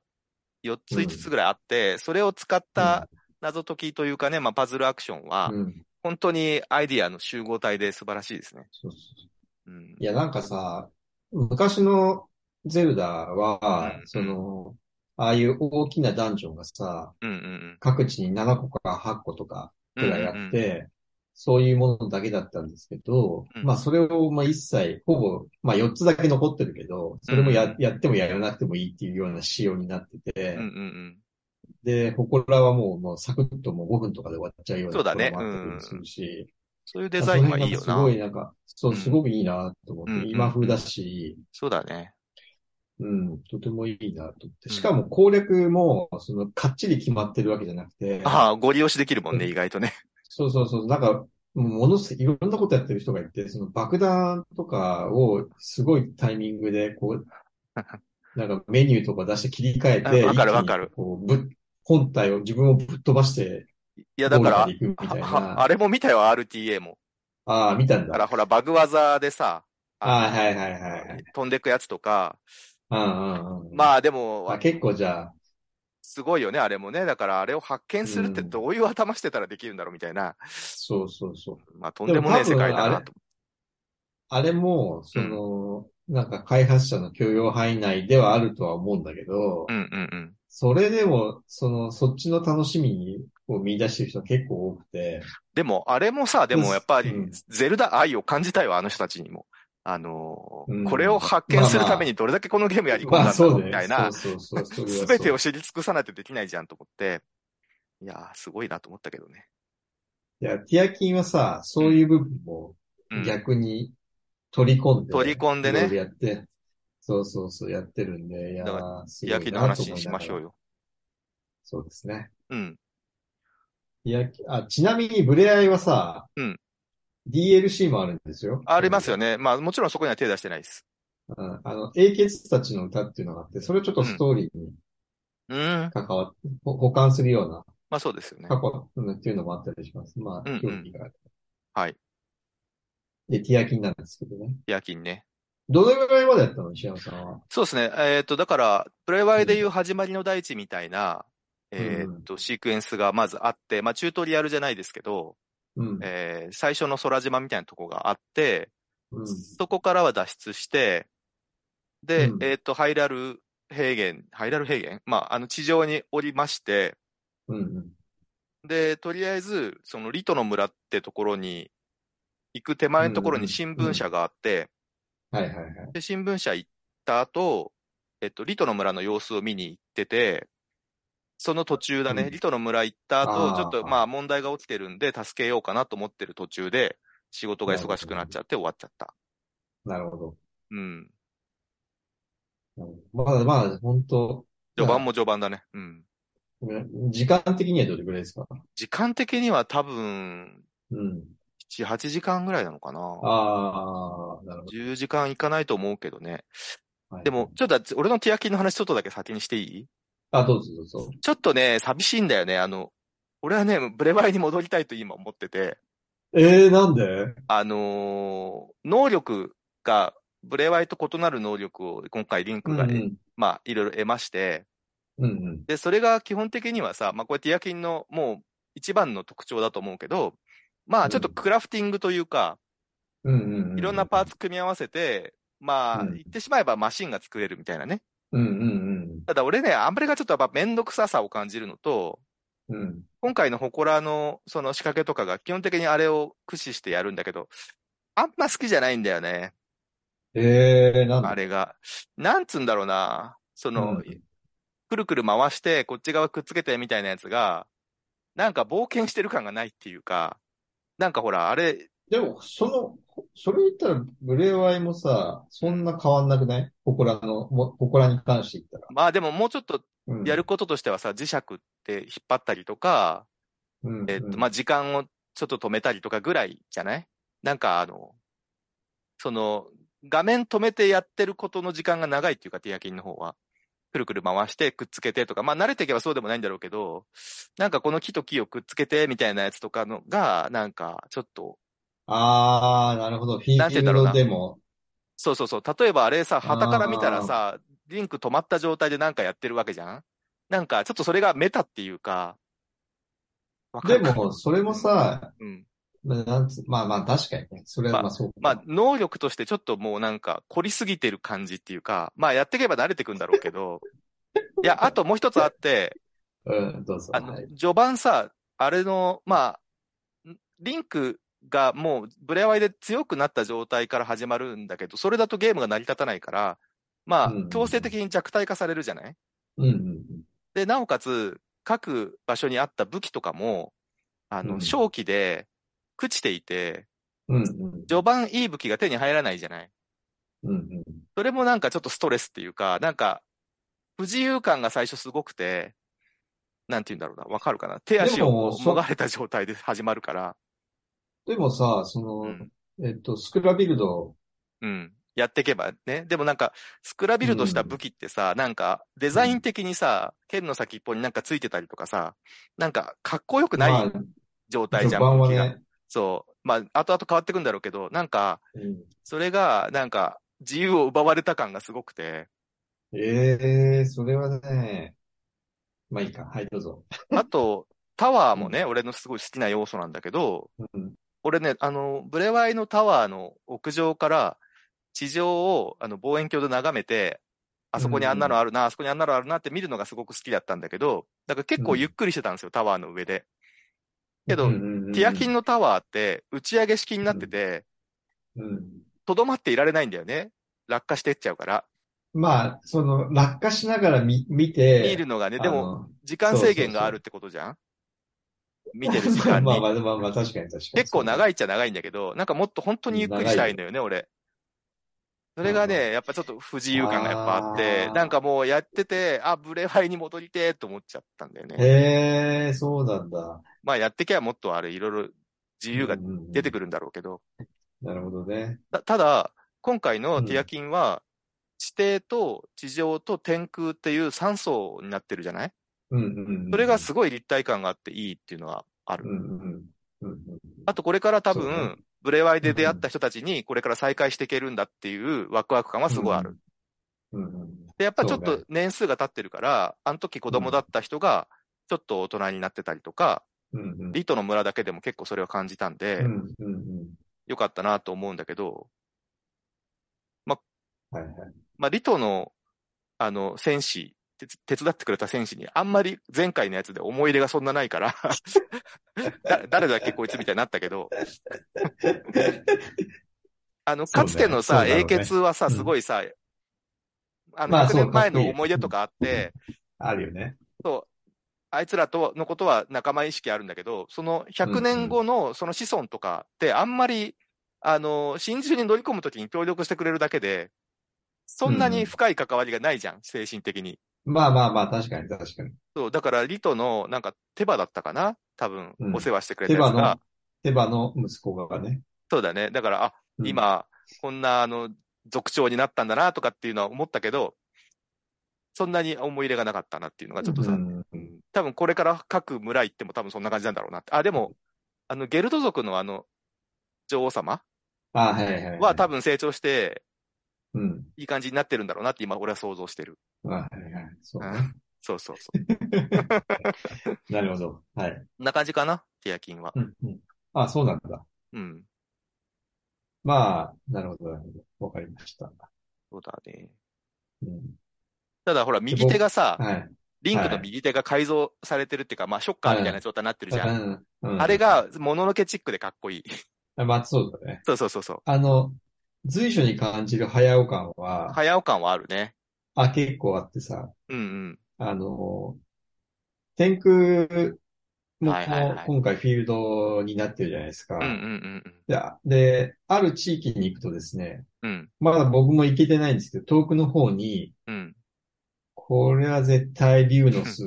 4つうん5つぐらいあって、それを使った謎解きというかね、まあ、パズルアクションはう、ん。本当にアイディアの集合体で素晴らしいですね。そうそうそううんい。や、なんかさ、昔のゼルダうんはうん、その、ああいう大きなダンジョンがさ、うんうん各地に7個か8個とかうくん。らいあうんっうんうんて、そういうものだけだったんですけどう、んまあそれをまあ一切、ほぼ、まあ4つだけ残ってるけど、それもうんやうやってもやらなくてもいいっていうような仕様になっててうんう、んで、ホコラはもうもうサクッともう5分とかで終わっちゃうようなそうだねところもあったりもするし、そういうデザインはいいよそのな。辺がすごいなんか、そうう、んすごくいいなと思って、うんうんうん今風だし、そうだね。うん、とてもいいなと思って。うんしかも攻略も、その、かっちり決まってるわけじゃなくて、ああ、ご利用しできるもんね、うん意外とね。そうそうそう、なんか、ものすいろんなことやってる人がいて、その爆弾とかをすごいタイミングで、こ う、なんかメニューとか出して切り替えて、あわかる一気にわかるこう、ぶ、本体を自分をぶっ飛ばして、いや、だかゴらールまで、行くみたいな。はあれも見たよ、RTA も。ああ、見たんだかだ。ら、ほら、バグ技でさ、ああ、あはいはいはいはい。飛んでくやつとか、うんうんうん。まあ、あでも、結構じゃあ、すごいよね、あれもね。だから、あれを発見するってうんどういう頭してたらできるんだろうみたいな。そうそうそう。まあ、とんでもない世界だなと。あれも、その、なんか開発者の許容範囲内ではあるとは思うんだけどう、んうんうん。それでも、その、そっちの楽しみにを見出してる人は結構多くて、でも、あれもさ、でもやっぱりうん、ゼルダ愛を感じたよ、あの人たちにも。あのーうんこれを発見するためにどれだけこのゲームやり込んだんまだあろそううみただいよなね。、そうそうそう。それはそうすべてを知り尽くさないとできないじゃんと思って。いやー、すごいなと思ったけどね。いや、ティアキンはさ、そういう部分もうん、逆に取り込んで、取り込んでねいろいろやって、そうそうそう、やってるんで、いやだー、すごい焼きのなと話思にいしなまがしょらう。よ。そうですね。うん。いや、あ、ちなみに、ブレアイはさ、うん。 DLC もあるんですよ。ありますよね。まあ、もちろんそこには手出してないです。うん。あの、英傑たちの歌っていうのがあって、それをちょっとストーリーにうん。ま関わって、ほ補完するようなあ、そうですよね。過去、うんっていうのもあったりします。まうんうあ、ん興味がある。はい。で、ティアキンなんですけどね。夜勤ね。どのぐらいまでやったの石山さんは。そうですね。えっと、だから、プレワイでいう始まりの大地みたいな、んえっと、シークエンスがまずあって、まあ、チュートリアルじゃないですけど、うん。えー最初の空島みたいなとこがあって、うん。そこからは脱出して、で、うんえっと、ハイラル平原、ハイラル平原まあ、あの、地上に降りまして、うんうん。で、とりあえず、そのリトの村ってところに、行く手前のところうんうにん新聞社があって、はいはいはい。で、新聞社行った後、えっと、リトの村の様子を見に行ってて、その途中だね、うんリトの村行ったあ後、ーちょっとまあ問題が起きてるんで、助けようかなと思ってる途中で、仕事が忙しくなっちゃって終わっちゃった。なるほど。うん。うんまだまだ、本当序盤も序盤だね。うん。時間的にはどれぐらいですか時間的には多分、うん。 7、8時間ぐらいなのかな。ああ、なるほど。 10時間いかないと思うけどね。はいでも、、ちょっと俺のティアキンの話ちょっとだけ先にしていいあ、どうぞどうぞ。ちょっとね、寂しいんだよね。あの、俺はね、ブレワイに戻りたいと今思ってて、ええー、なんであのー能力が、ブレワイと異なる能力を今回リンクが、うんまあ、いろいろ得まして、うん。うんうん。で、それが基本的にはさ、まあ、これティアキンのもう一番の特徴だと思うけど、まあ、ちょっとクラフティングというか、うんうんうん。いろんなパーツ組み合わせて、まあ、うん言ってしまえばマシンが作れるみたいなね。うんうんただ俺ね、あんまりがちょっとやっぱめんどくささを感じるのと、うん。うん。今回の祠のその仕掛けとかが基本的にあれを駆使してやるんだけど、あんま好きじゃないんだよね。ええー、なんであれが。なんつうんだろうな。その、うんくるくる回してこっち側くっつけてみたいなやつが、なんか冒険してる感がないっていうか、なんかほら、あれ、でも、その、それ言ったら、ブレワイもさ、そんな変わんなくないホコラの、も、ホコラに関して言ったら。まあでももうちょっとうんやることとしてはさ、磁石って引っ張ったりとか、うんえっうと、んまあ、時間をちょっと止めたりとかぐらいじゃないなんかあの、その、画面止めてやってることの時間が長いっていうか、ティアキンの方は。くるくる回して、くっつけてとか、まあ、慣れていけばそうでもないんだろうけど、なんかこの木と木をくっつけてみたいなやつとかのが、なんか、ちょっと、あー、なるほど。フィーなんて言うんだろうなリングのデモ。そうそうそう、例えばあれさ、旗から見たらさ、リンク止まった状態でなんかやってるわけじゃんなんか、ちょっとそれがメタっていうか、わかでるかも、それもさ、うん。なんつ、まあまあ、確かにね。それはまあそうか。まあ、能力としてちょっともうなんか、凝りすぎてる感じっていうか、まあ、やっていけば慣れてくんだろうけ ど、いや、あともう一つあって、うん、どうぞ。あのはい、序盤さ、あれの、まあ、んリンクがもう、ブレワイで強くなった状態から始まるんだけど、それだとゲームが成り立たないから、まうんあ、強制的に弱体化されるじゃないうんうんで、なおかつ、各場所にあった武器とかも、あうの、ん正気で、朽ちていて、うん。うんうん。序盤いい武器が手に入らないじゃないうんうん。それもなんかちょっとストレスっていうか、なんか、不自由感が最初すごくて、なんて言うんだろうな、わかるかな。手足でをももうそもがれた状態で始まるから、でもさ、その、うん、えっと、スクラビルド、うん、やっていけばね。でもなんか、スクラビルドした武器ってさ、なんか、デザイン的にさ、剣の先っぽになんかついてたりとかさ、なんか、かっこよくまなあい、状態じゃ序盤ん、は武器が。ね、そう。まあ、後々変わってくんだろうけど、なんか、うんそれが、なんか、自由を奪われた感がすごくて、ええそれはね、まあいいか。はい、どうぞ。あと、タワーもね、俺のすごい好きな要素なんだけど、うん。俺ね、あの、ブレワイのタワーの屋上から地上をあの望遠鏡で眺めて、あそこにあんなのあるな、あそこにあんなのあるなって見るのがすごく好きだったんだけど、だから結構ゆっくりしてたんですよ、タワーの上で。けど、うんうんうんティアキンのタワーって打ち上げ式になってて、うん。とどまっていられないんだよね。落下してっちゃうから。まあ、その、落下しながら見、見て、見るのがね、あでも、の、時間制限があるってことじゃん見てる時 間に。まあまあまあまあ、確かに確かに。結構い。長いっちゃ長いんだけど、なんかもっと本当にゆっくりしたいのよね、俺。それがね、やっぱちょっと不自由感がやっぱあって、あーなんかもうやってて、あ、ブレワイに戻りてーと思っちゃったんだよね。へえ、そうなんだ。まあやってきゃもっとあれ、いろいろ自由が出てくくるんだろうけど、る。なるほどね。たただ、今回うのんティアキンは、地底と地上と天空っていう3層になってるじゃないうんうんうん。それがすごい立体感があっていいっていうのはあうんる。うんうんうんうん。あとこれから多そうね分、ブレワイで出会った人たちにこれから再会していけるんだっていうワクワク感はすごいある。うんうんうん。で、やっぱちょっそうと年数が経ってるから、あの時子供だった人がちょっと大人になってたりとか、うんうんリトの村だけでも結構それは感じたんで、うんうんうん。よかったなと思うんだけど、はいはい。まあ、リトの、あの、戦士、手つ手伝ってくれた戦士に、あんまり前回のやつで思い入れがそんなないから、 だ誰だっけこいつみたいになったけ ど、あの、かつてのそさ、うだろう英ね傑はさ、うんすごいさ、あの、まあ100そう年前かっこいいの思い出とかあって、あるよね。そう、あいつらとのことは仲間意識あるんだけど、その100年後のその子孫とかってあんまり、あの、真珠に乗り込むときに協力してくれるだけで、そんなに深い関わりがないじゃん、精神的に。まあまあまあ、確かに確かに。そう、だからリトのなんか手羽だったかな多分う、んお世話してくれ手たや羽つが。の、手羽の息子がね。そうだね。だから、あ、うん、今、こんなあの、族長になったんだなとかっていうのは思ったけど、そんなに思い入れがなかったなっていうのがちょっとさ、うんうん多分これから各村行っても多分そんな感じなんだろうなって。あ、でも、あの、ゲルド族のあの、女王様あはいはいはい。は多分成長して、うん。いい感じになってるんだろうなって今俺は想像してる。あはいはい。そうう。 ん。そうそうそなるほど。はい。う。んな感じかなティアキンは。うんうん。あ、そうなんだ。うん。まあ、なるほど、なるほど。わかりました。そうだね。うん。ただほら、右手がさ、はい。リングの右手が改造されてるっていうか、まあ、ショッカーみたいな状態になってるじゃん。うん。うんあれ、が、もののけチックでかっこい い。まあ、そうだね。そうそうそうそあの、随所に感じる早尾感う。は、早尾感はあるね。あ、結構あってさ、うんうん。あの、天空も、はいはいはい今回フィールドになってるじゃないですか。うんうんであで、ある地域に行くとですね、うんうん。うんまだ僕も行けてないんですけど、遠くの方に、うん。これは絶対竜の巣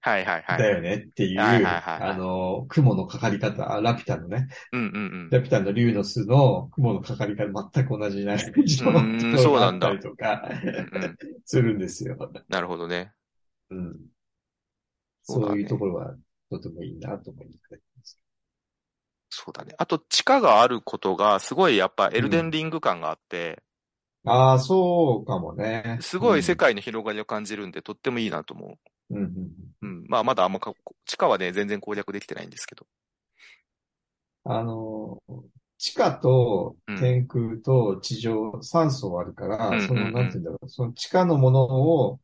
はいはいはい。だよねっていう、はいはいはいはいあの、雲のかかり方、あラピュタのね、うんうんうん。ラピュタの竜の巣の雲のかかり方全く同じな状ーんそうなんだだったりとかうんうんするんですよ。なるほどね。うん。そうだねそういうところはとてもいいなと思います。そうだね。あと、地下があることが、すごいやっぱエルデンリング感があって、ああ、そうかもね。すごい世界。界の広がりを感じるんで、とってもいいなと思うんうんう。うん。まあ、まだあんまか、地下はね、全然攻略できてないんですけど。あの、地下と天空と地上、三層あるかうんうんら、うんその、なんて言うんだろう、その地下のものを、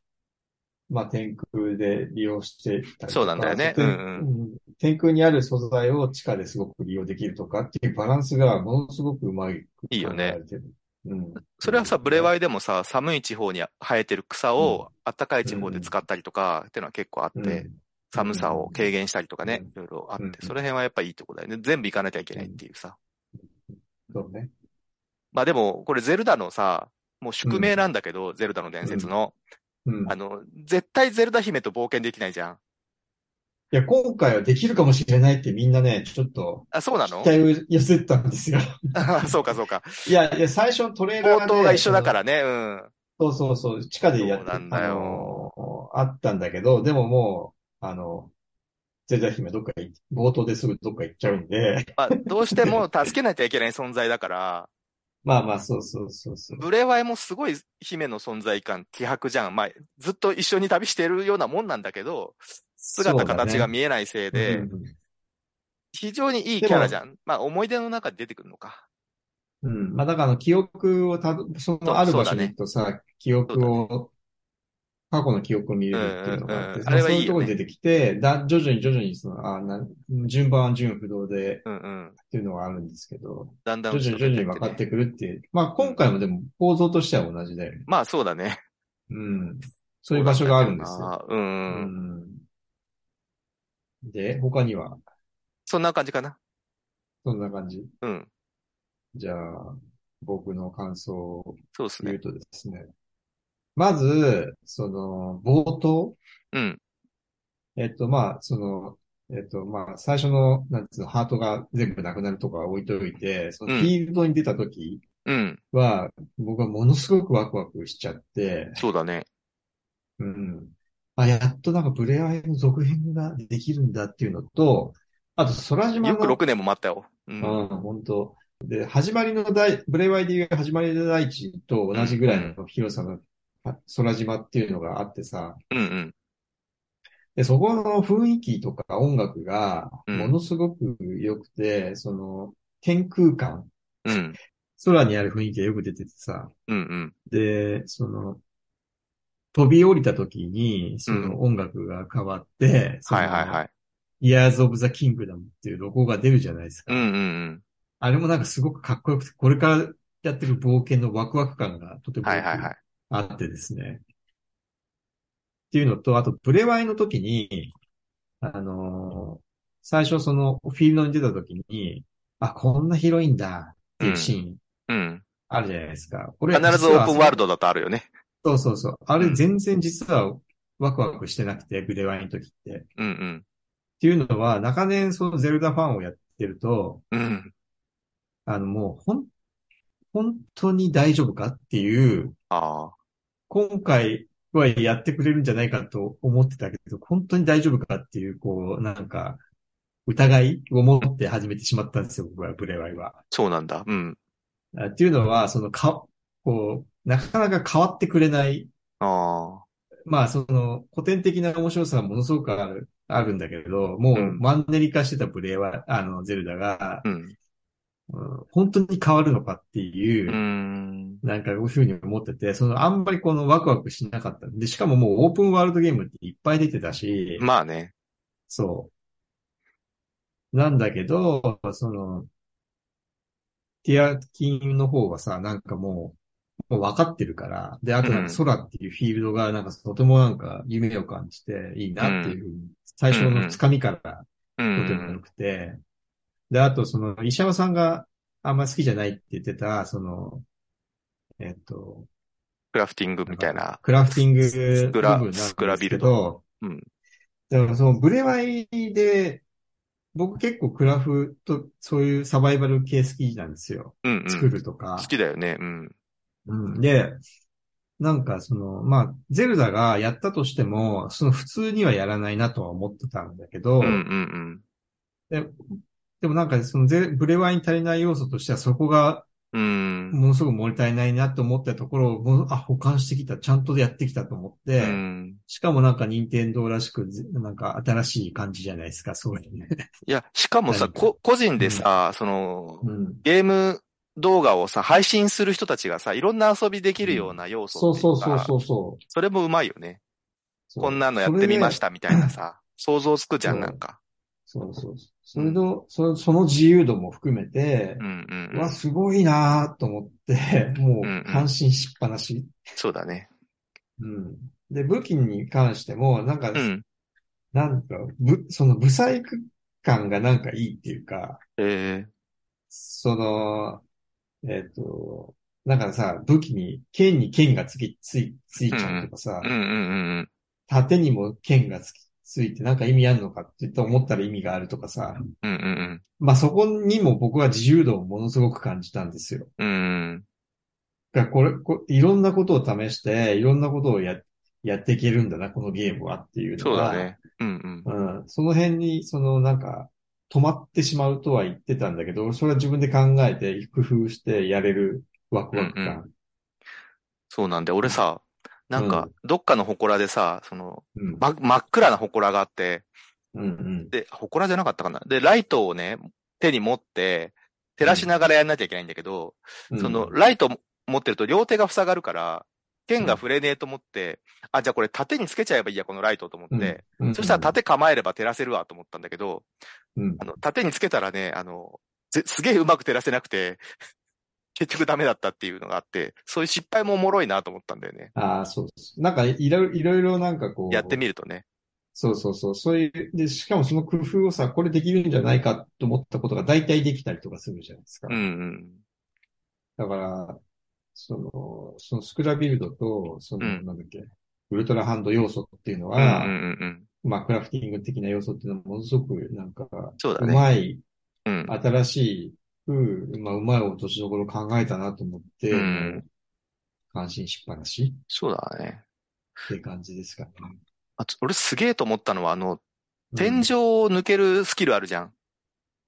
まあ、天空で利用してたりそうなとんか、だよね天うんううん天空にある素材を地下ですごく利用できるとかっていうバランスがものすごくうまいいいよね考えられてる。うん。それはさ、ブレワイでもさ、寒い地方に生えてる草を、暖かい地方で使ったりとか、っていうのは結構あって、うん寒さを軽減したりとかねういん、ろいろあってうん、その辺はやっぱいいとこだよね。全部行かなきゃいけないっていうさ。そうね。まあでも、これゼルダのさ、もう宿命なんだけど、ゼルダの伝説の。うん。あの、絶対ゼルダ姫と冒険できないじゃん。いや、今回はできるかもしれないってみんなね、ちょっと、あ、そうな期の待を寄せてたんですよ。 そうかそう か。いや、いや、最初のトレーラー冒で頭が一緒だからね、うん。そうそうそう、地下でやって、そうなんだよあのーあったんだけど、でももう、あの、ゼルダ姫どっか行っ冒頭ですぐどっか行っちゃうんで、 まあ、どうしても助けなきゃいけない存在だから、まあまあ、そうそうそうそう。ブレワイもすごい姫の存在感、気迫じゃん。まあ、ずっと一緒に旅してるようなもんなんだけど、姿形が見えないせいで、うん非常にいいキャラじゃん。まあ、思い出の中で出てくるのか。うん、うんまあだからあの、記憶をたど、そそうのあるそう場だ所にね行くとさ、記憶を、過去の記憶を見れるっていうのがあって、うんうんうんまあれはそういいよねいうところに出てきて、だ、徐々に徐々にその、あ、な、順番は順不動でっうんうん。ていうのがあるんですけど、だんだん徐々に徐々に分かってねくるっていう。まあ今回もでも構造としては同じだよね。まあ、そうだね。うん。そういう場所があるんですよ。あーうんううん。ん。で、他には、そんな感じかな。そんな感じ。うん。じゃあ、僕の感想をそうです言うね。とですね。まず、その、冒頭、うん。えっと、まあ、その、えっと、まあ、最初の、なんつうの、ハートが全部なくなるとか置いといて、そのうんフィールドに出た時うん。は、僕はものすごくワクワクしちゃって、そうだね。うん。あ、やっとなんかブレアイの続編ができるんだっていうのと、あと、空島よくの、 6年も待ったよ。う。うんん、本当。で、始まりの大、ブレイワイでいう始まりの大地と同じぐらいの広さのあ空島っていうのがあってさ、うんうん。で、そこの雰囲気とか音楽がうんものすごく良くて、その、天空感、うん。空にある雰囲気がよく出ててさ、うんうん。で、その、飛び降りた時に、そうんの音楽が変わって、そはいはいのはい。イヤーズ・オブ・ザ・キングダムっていうロゴが出るじゃないですうか。んうんうん。あれもなんかすごくかっこよくて、これからやってる冒険のワクワク感がとてもはいはいはい。あってですね。っていうのと、あと、ブレワイの時に、あのー最初そのフィールドに出た時に、あ、こんな広いんだっていうシーンうん。あるじゃないですか。これ必ずオープンワールド。ドだとあるよね。そうそうそう。あうれん全然実はワクワクしてなくて、ブレワイの時って。っうんていうのは、長年そのゼルダファンをやってると、うん。うん。あの、もう、ほん、本当に大丈夫かっていう、ああ。今回はやってくれるんじゃないかと思ってたけど、本当に大丈夫かっていう、こう、なんか、疑いを持って始めてしまったんですよ、僕は、ブレワイは。そうなんだ。うん。あっていうのは、その、か、こう、なかなか変わってくれない、ああ。まあ、その、古典的な面白さがものすごくある、あるんだけど、もううんマンネリ化してたブレワイ、あの、ゼルダがう、ん。うん本当に変わるのかっていううー、ん。なんか、こういうふうに思ってて、その、あんまりこのワクワクしなかった。で、しかももうオープンワールドゲームっていっぱい出てたし、まあね。そう。なんだけど、その、ティアキンの方はさ、なんかもう、もう分かってるから、で、あとなんか空っていうフィールドが、なんかとてもなんか夢を感じていいなっていうふうに、最初のつかみからうとても良ん。くて、で、あとその、石山さんがあんま好きじゃないって言ってた、その、えっと、クラフティングみたいな。クラフティングスクラ部分なんですけどスクラビルド。うん。でもそのブレワイで、僕結構クラフとそういうサバイバル系好きなんですよ。うんう作ん。るとか好。きだよね。うん。うん、で、なんかその、まあ、ゼルダがやったとしても、その普通にはやらないなとは思ってたんだけど、うんうんででもなんかそのゼブレワイに足りない要素としてはそこがうん。うん。ものすごく物足りないなと思ったところをもう、あ、保管してきた、ちゃんとやってきたと思っうて、ん。しかもなんか任天堂らしく、ずなんか新しい感じじゃないですか、そう いうね。いや、しかもさ、何こ、個人でさ、その、うん。ゲーム動画をさ、配信する人たちがさ、いろんな遊びできるような要素っそうていそううかそうそうそそれもうまいよね。う。。こんなのやってみましたたみたいなさ、想像つくじゃそん、うなんか。そうそうそう。それの、そのその自由度も含めてう、んうんううわ、ん。すごいなーと思って、もうんうんう感心しっぱなし。そうだね。うん。で、武器に関しても、なんかう、ん。なんか、ぶ、その、ブサイク感がなんかいいっていうか、えその、えっと、なんかさ、武器に、剣に剣がつき、つい、ついちゃうとかさえ、うんうんうん縦にも剣がつき、ついてなんか意味あるのかって言って思ったら意味があるとかさ。うん。うんうんまあそこにも僕は自由度をものすごく感じたんですよ。うん。うんだからこれ、こいろんなことを試して、いろんなことをや、やっていけるんだな、このゲームはっていうそのうだが。ね。うんうん。その辺に、そのなんか、止まってしまうとは言ってたんだけど、それは自分で考えて、工夫してやれるワクワク感。そうなんで、俺さ、なんうか、どっかの祠でさ、その、うん。ま、真っ暗な祠があって、うんうん。で、祠じゃなかったかな。で、ライトをね、手に持って、照らしながらやんなきゃいけないんだけど、うんその、、ライト持ってると両手が塞がるから、剣が触れねえと思って、あ、じゃあこれ縦につけちゃえばいいや、このライトと思って。うんそしたら、縦構えれば照らせるわと思ったんだけど、うんあ。の、縦につけたらね、あの、ぜすげえうまく照らせなくて、 結局ダメだったっていうのがあって、そういう失敗もおもろいなと思ったんだよね。ああ、そうです。なんか、いろいろ、いろいろなんかこう、やってみるとね。そうそうそう。そういう、で、しかもその工夫をさ、これできるんじゃないかと思ったことが大体できたりとかするじゃないですか。うんだだから、その、そのスクラビルドと、その、うんなんだっけ、ウルトラハンド要素っていうのうんは、うんうんまあ、クラフティング的な要素っていうのはものすごく、なんか、そうだうねまい、うん。うん。新しい、うん、まあ、うまい落としどころ考えたなと思って、うんもう感心しっぱなしそうだね。って感じですかね。あと、俺すげえと思ったのは、あの、うん天井を抜けるスキルあるじゃん。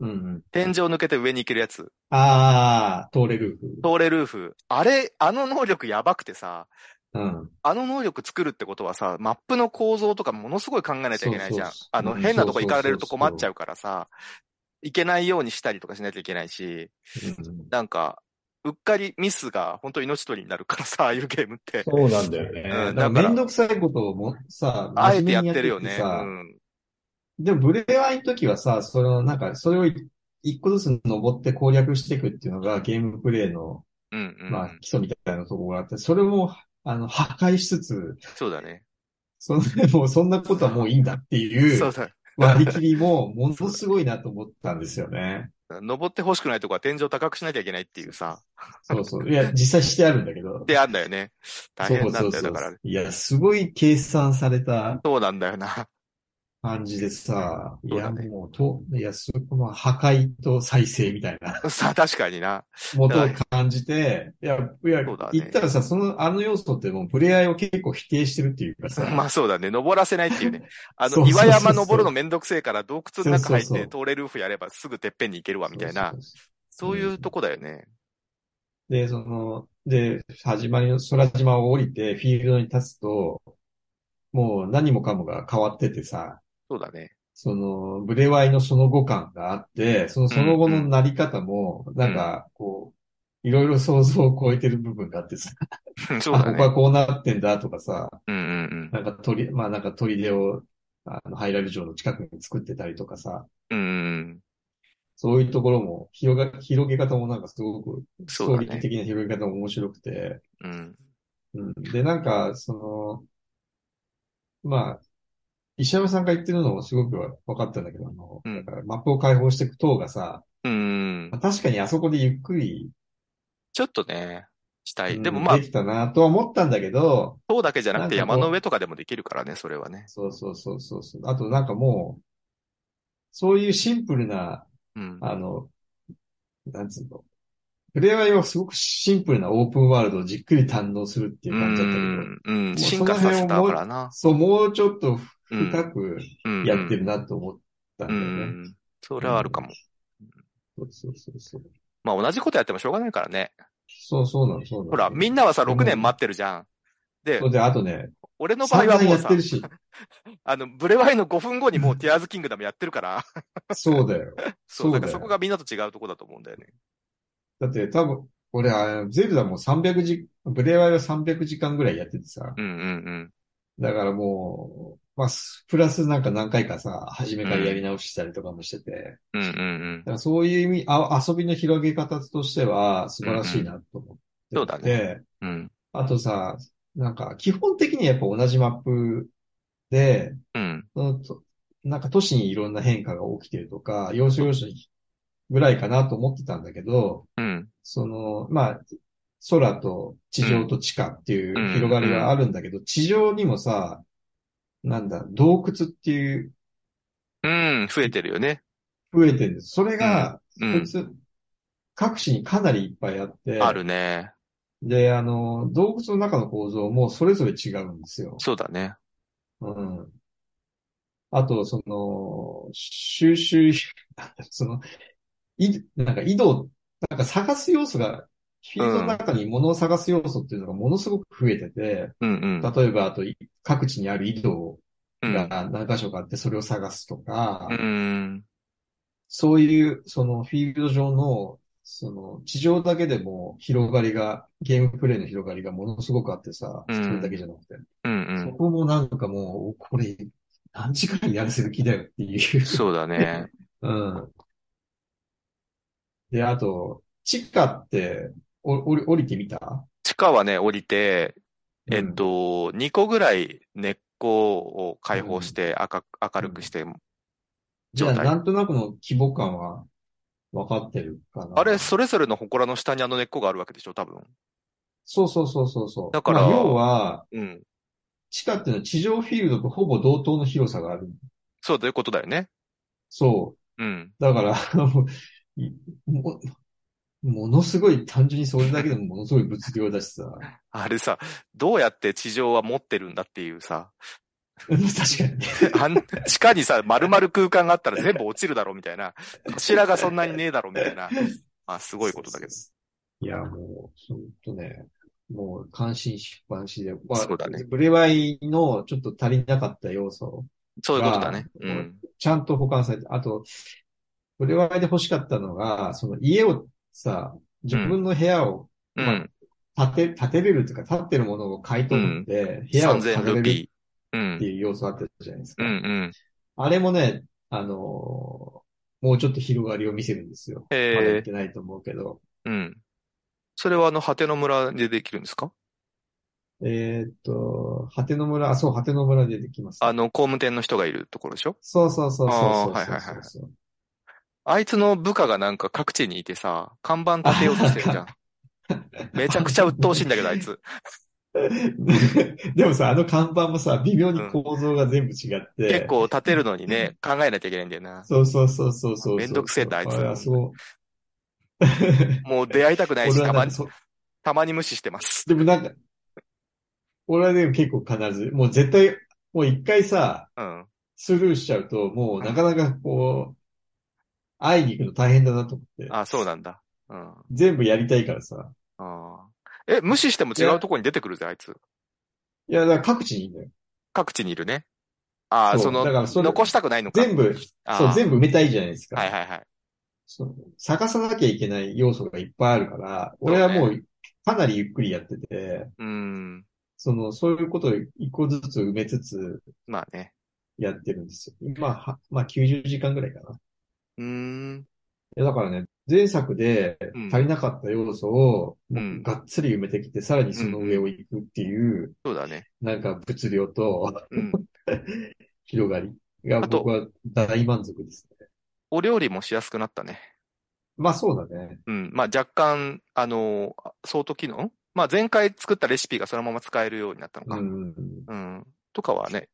うんうん。天井を抜けて上に行けるやつ。ああ、通れる。トーレルーフ。あれ、あの能力やばくてさ、うん。あの能力作るってことはさ、マップの構造とかものすごい考えなきゃいけないじゃんそうそう。そうあの、うん変なとこ行かれるとそうそうそうそう困っちゃうからさ、行けないようにしたりとかしなきゃいけないし、うんなんか、うっかりミスが本当命取りになるからさ、ああ いうゲームって。そうなんだよね。うんだからだからめんどくさいことをも、さ、あえて真面や目っにてるよやってねっ。うてさん。でも、ブレワイの時はさ、その、なんか、それを一個ずつ登って攻略していくっていうのがゲームプレイの、うん、うん。まあ、基礎みたいなところがあって、それも、あの、破壊しつつ、そうだね。その、 もうそんなことはもういいんだっていそううだ。割り切りも、ものすごいなと思ったんですよね。登って欲しくないとこは天井高くしなきゃいけないっていうさ、そうそう。いや、実際してあるんだけど。であんだよね。 大変なそんだうそうよ、そだうから。いや、すごい計算されたそうなんだよな。 感じでさ、いそうだや、ねもう、と、いや、そこの破壊と再生みたい なさあ、確かにな。もとを感じて、いや、いや、そうだね言ったらさ、その、あの要素ってもう、プレイヤーを結構否定してるっていうかさ、 まあそうだね。登らせないっていうね。 あそうの、そうそう岩そう山登るのめんどくせえから、洞窟の中入っそうそてうトーレルーフやればすぐてっぺんに行けるわ、みたいなそう。そうそういうとこだよね。そうで、その、で、始まりの空島を降りて、フィールドに立つと、もう何もかもが変わっててさ、そうだね。その、ブレワイのその後感があって、そのその後のなり方も、なんか、こう、いろいろ想像を超えてる部分があってさ、 そうだあ、ここね。はこうなってんだとかさ、うんうんなんか鳥、まあなんか砦を、あの、ハイラル城の近くに作ってたりとかさ、うん。うんそういうところも、広が、広げ方もなんかすごく、スそトうだーねリー的な広げ方も面白くて、うんうん。うん。で、なんか、その、まあ、石山さんが言ってるのもすごく分かったんだけど、あの、うんだからマップを開放していく塔がさ、うんうんまあ。確かにあそこでゆっくり、ちょっとね、したうい。んでもまあで、きたなとは思ったんだけど、塔だけじゃなくてなんかこ山うの上とかでもできるからね、それはね。そうそうそうそうそう。あとなんかもう、そういうシンプルな、うん。あの、なんつうの、プレイワイはすごくシンプルなオープンワールドをじっくり堪能するっていうう感じだったけど、ん。うん。う進化させたからな。そう、もうちょっとうん深くうん。やってるなと思ったうんだよね。ん。それはあるかも。そうそうそうそう。まあ同じことやってもしょうがないからね。そうそうなの、そうなの。ほら、みんなはさ、6年待ってるじゃん。でそ、うで、あとね、俺の場合は散々もうやっさて、るし、あの、ブレワイの5分後にもうティアーズキングダムやってるから、そうだよ。そう、そだかうだらよそこがみんなと違うとこだと思うんだよね。だって多分、俺、あゼルダも300時、ブレイワイは300時間ぐらいやっててさ、うんうんだからもう、まあ、すプラスなんか何回かさ、初めからやり直したりとかもしてて、うん。うんうんだからそういう意味あ、遊びの広げ方としては素晴らしいなと思うんうんってそうだて、うん。うん。あとさ、なんか基本的にやっぱ同じマップで、うん。そのとなんか都市にいろんな変化が起きてるとか、要所要所にぐらいかなと思ってたんだけど、うん。その、まあ、空と地上と地下っていううん広がりはあるんだけど、地上にもさ、なんだ、洞窟っていううん。増えてるよね。増えてるんです。それが、うこいん。つ、各地にかなりいっぱいあって、あるね。で、あの、洞窟の中の構造もそれぞれ違うんですよ。そうだね。うん。あと、その、収集、 その、い、なんか井戸、なんか探す要素が、フィールドの中に物を探す要素っていうのがものすごく増えてて、うんうん。例えば、あと、い各地にある井戸うん。が何箇所かあって、それを探すとか、うん。そういう、そのフィールド上の、その地上だけでも広がりが、ゲームプレイの広がりがものすごくあってさ、うんそれだけじゃなくて、うそんこもなんかもう、これ、何時間やらせる気だよっていううん。。そうだね。 うん。で、あと、地下って、お、おり、降りてみた地下はね、降りて、えっ、と、2個ぐらい根っこを解放して、赤く、明るくして、じゃあ、状態なんとなくの規模感は分かってるかな。あれ、それぞれの祠の下にあの根っこがあるわけでしょ、多分。そうそうそうそうそう。だからまあ要は、うん。地下っていうのは地上フィールドとほぼ同等の広さがある。そうということだよね。そうん。う。だから、 もういもものすごい、単純にそれだけでもものすごい物量だしさ。 あれさ、どうやって地上は持ってるんだっていうさ、確かに。あん 地下にさ、丸々空間があったら全部落ちるだろうみたいな、柱がそんなにねえだろうみたいな、まあすごいことだけど。いや、もう、ほんとね、もう、感心しっぱなしで、まあそうだねブレワイのちょっと足りなかった要素、そういうことだね。うん。ちゃんと保管されて、あと、ブレワイで欲しかったのが、その家をさ、自分の部屋をうん。建て、建てれるというか、建ってるものを買い取って、部屋を3000建てれルるっピー。うんて。いう要素あったじゃないですうか。んうん。あれもね、あのーもうちょっと広がりを見せるんですよ。まだえ言っえてないと思うけど。うん。それはあの、果ての村でできるんですかえーっと、果ての村、あ、そう、果ての村でできます。あの、工務店の人がいるところでしょそうそうそうそうあーそうはいそはういはいそう。あいつの部下がなんか各地にいてさ、看板立てようとしてるじゃん。めちゃくちゃ鬱陶しいんだけど、あい つ。 でもさ、あの看板もさ、微妙に構造が全部違って。結構立てるのにね、考えなきゃいけないんだよな。そうそうそうそうそう。めんどくせえんだあいつれはそう。もう出会いたくないし、俺はたまなんかに、そたまに無視してます。でもなんか、俺はね、結構必ず、もう絶対、もう一回さ、うん。スルーしちゃうと、もうなかなかこう、会いに行くの大変だなと思って。あ、そうなんだ。うん。あ全部やりたいからさ。あ。え、無視しても違うとこに出てくるぜ、あいつ。いや、だから各地にいるんだよ。各地にいるね。ああ、そうそのだから、それ残したくないのか。全部、ああそう、全部埋めたいじゃないですか。はいはいはい。そう探さなきゃいけない要素がいっぱいあるから、俺はもうかなりゆっくりやってて、うん。その、そういうことを一個ずつ埋めつつまあね。やってるんですよ。今、はまあ90時間ぐらいかな。いうーん。や、だからね、前作でうん足りなかった要素を、うもんうがっつり埋めてきて、さらにその上を行くっていう、そうだね。なんか物量とうん。広がりがあと僕は大満足ですね。お料理もしやすくなったね。まあそうだね。うん。まあ若干、あのー、相当機能まあ前回作ったレシピがそのまま使えるようになったのうか。ん。うん。とかはね、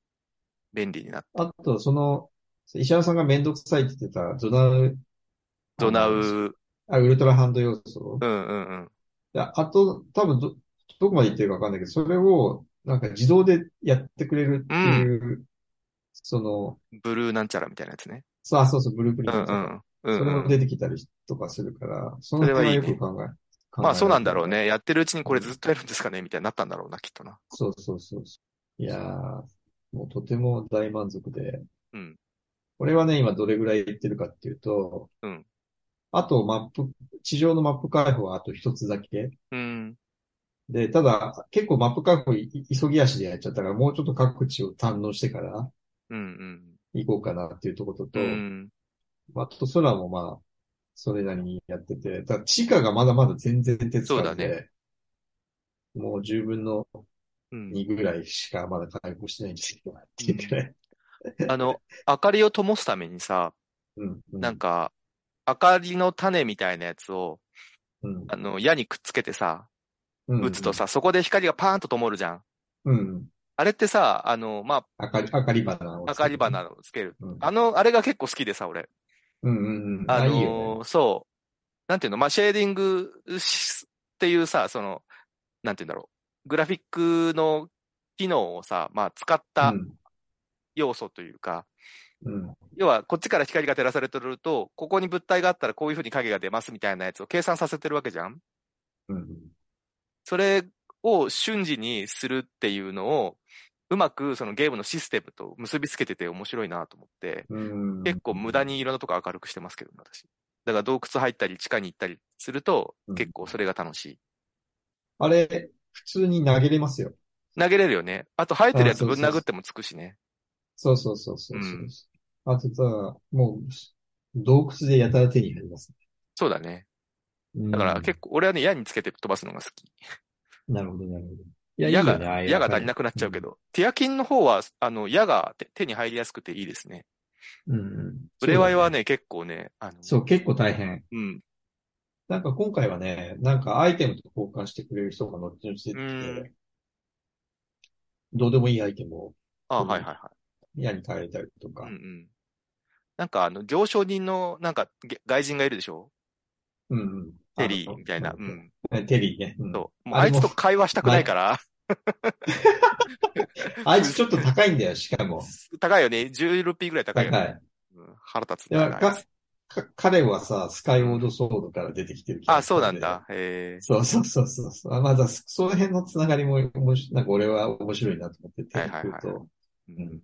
便利になった。あと、その、石原さんがめんどくさいって言ってた、ゾナウ、ゾナウ、あ、ウルトラハンド要素。うんうんうん。いやあと、多分ど、どこまで言ってるかわかんないけど、それを、なんか自動でやってくれるっていう、その、ブルーなんちゃらみたいなやつね。そう、あそうそう、ブループうリンんトとうかん。うんそれうんも出てきたりとかするから、そのそれはいい辺ねはよく考え、考えまあそうなんだろうね。ね。やってるうちにこれずっとやるんですかねみたいになったんだろうな、きっとな。そうそうそうそう。いやー、もうとても大満足で。うん。俺はね、今どれぐらい行ってるかっていうと、うんあとマップ、地上のマップ開放はあと一つだけ。うん。で、ただ、結構マップ開放い急ぎ足でやっちゃったから、もうちょっと各地を堪能してからうん行こうかなっていうところうん。うん。と、あと空もまあ、それなりにやってて、ただ地下がまだまだ全然手つかそずうだで、もう10分のうん2ぐらいしかまだ開放してないんですけど、っていうくらい。あの、明かりを灯すためにさ、うん、うん、なんか、明かりの種みたいなやつを、うん、あの、矢にくっつけてさ、うん、打つとさ、そこで光がパーンと灯るじゃん。うん、あれってさ、あの、ま明かり、明かり花をあ、つ明かけりて花をつける。うん、あの、あれが結構好きでさ、俺。うん、うん、うん。ああ、いいのよね。そう。なんていうの、まあ、シェーディングしっていうさ、その、なんていうんだろう。グラフィックの機能をさ、まあ、使った要素というか、うん、うん、要は、こっちから光が照らされてると、ここに物体があったらこういう風に影が出ますみたいなやつを計算させてるわけじゃんうん。それを瞬時にするっていうのを、うまくそのゲームのシステムと結びつけてて面白いなと思って、うん結構無駄。にいろんなとこ明るくしてますけどね、私。だから洞窟入ったり地下に行ったりするとう、ん結構それが楽しい。あれ、普通に投げれますよ。投げれるよね。あと生えてるやつあそぶうんそうそう殴ってもつくしね。そうそうそうそうそううんあとさ、もう、洞窟でやたら手に入ります。そうだね。だだから結構、俺はね、矢につけて飛ばすのが好き。なるほど、なるほど。い矢いいよねああが、いう矢が足りなくなっちゃうけど。ティアキンの方は、あの、矢が手手に入りやすくていいですね。うん。ブレワイはね。ね、結構ね、あの、そう、結構大変。うん。なんか今回はね、なんかアイテムと交換してくれる人が後々出てきうんて、どうでもいいアイテムをあ、うんはいはいは矢に変えたりとい。かうんう。ん。なんかあの、行商人の、なんか、げ外人がいるでしょうんうん。テリーみたいな。あうのん。テリーね。うんそう。もうああれいもつと会話したくないから、あいつちょっと高いんだよ、しかも。高いよね。10ルピーぐらい高高いよね。い。うん腹立ついなや、か、か、彼はさ、スカイウォードソードから出てきてるキャあ、ラクタそーうでなんだ。えそうそうそうそうそう。あまだ、そその辺のつながりも、おもしなんか俺は面白いなと思って、はいはいはいテレクトをえうん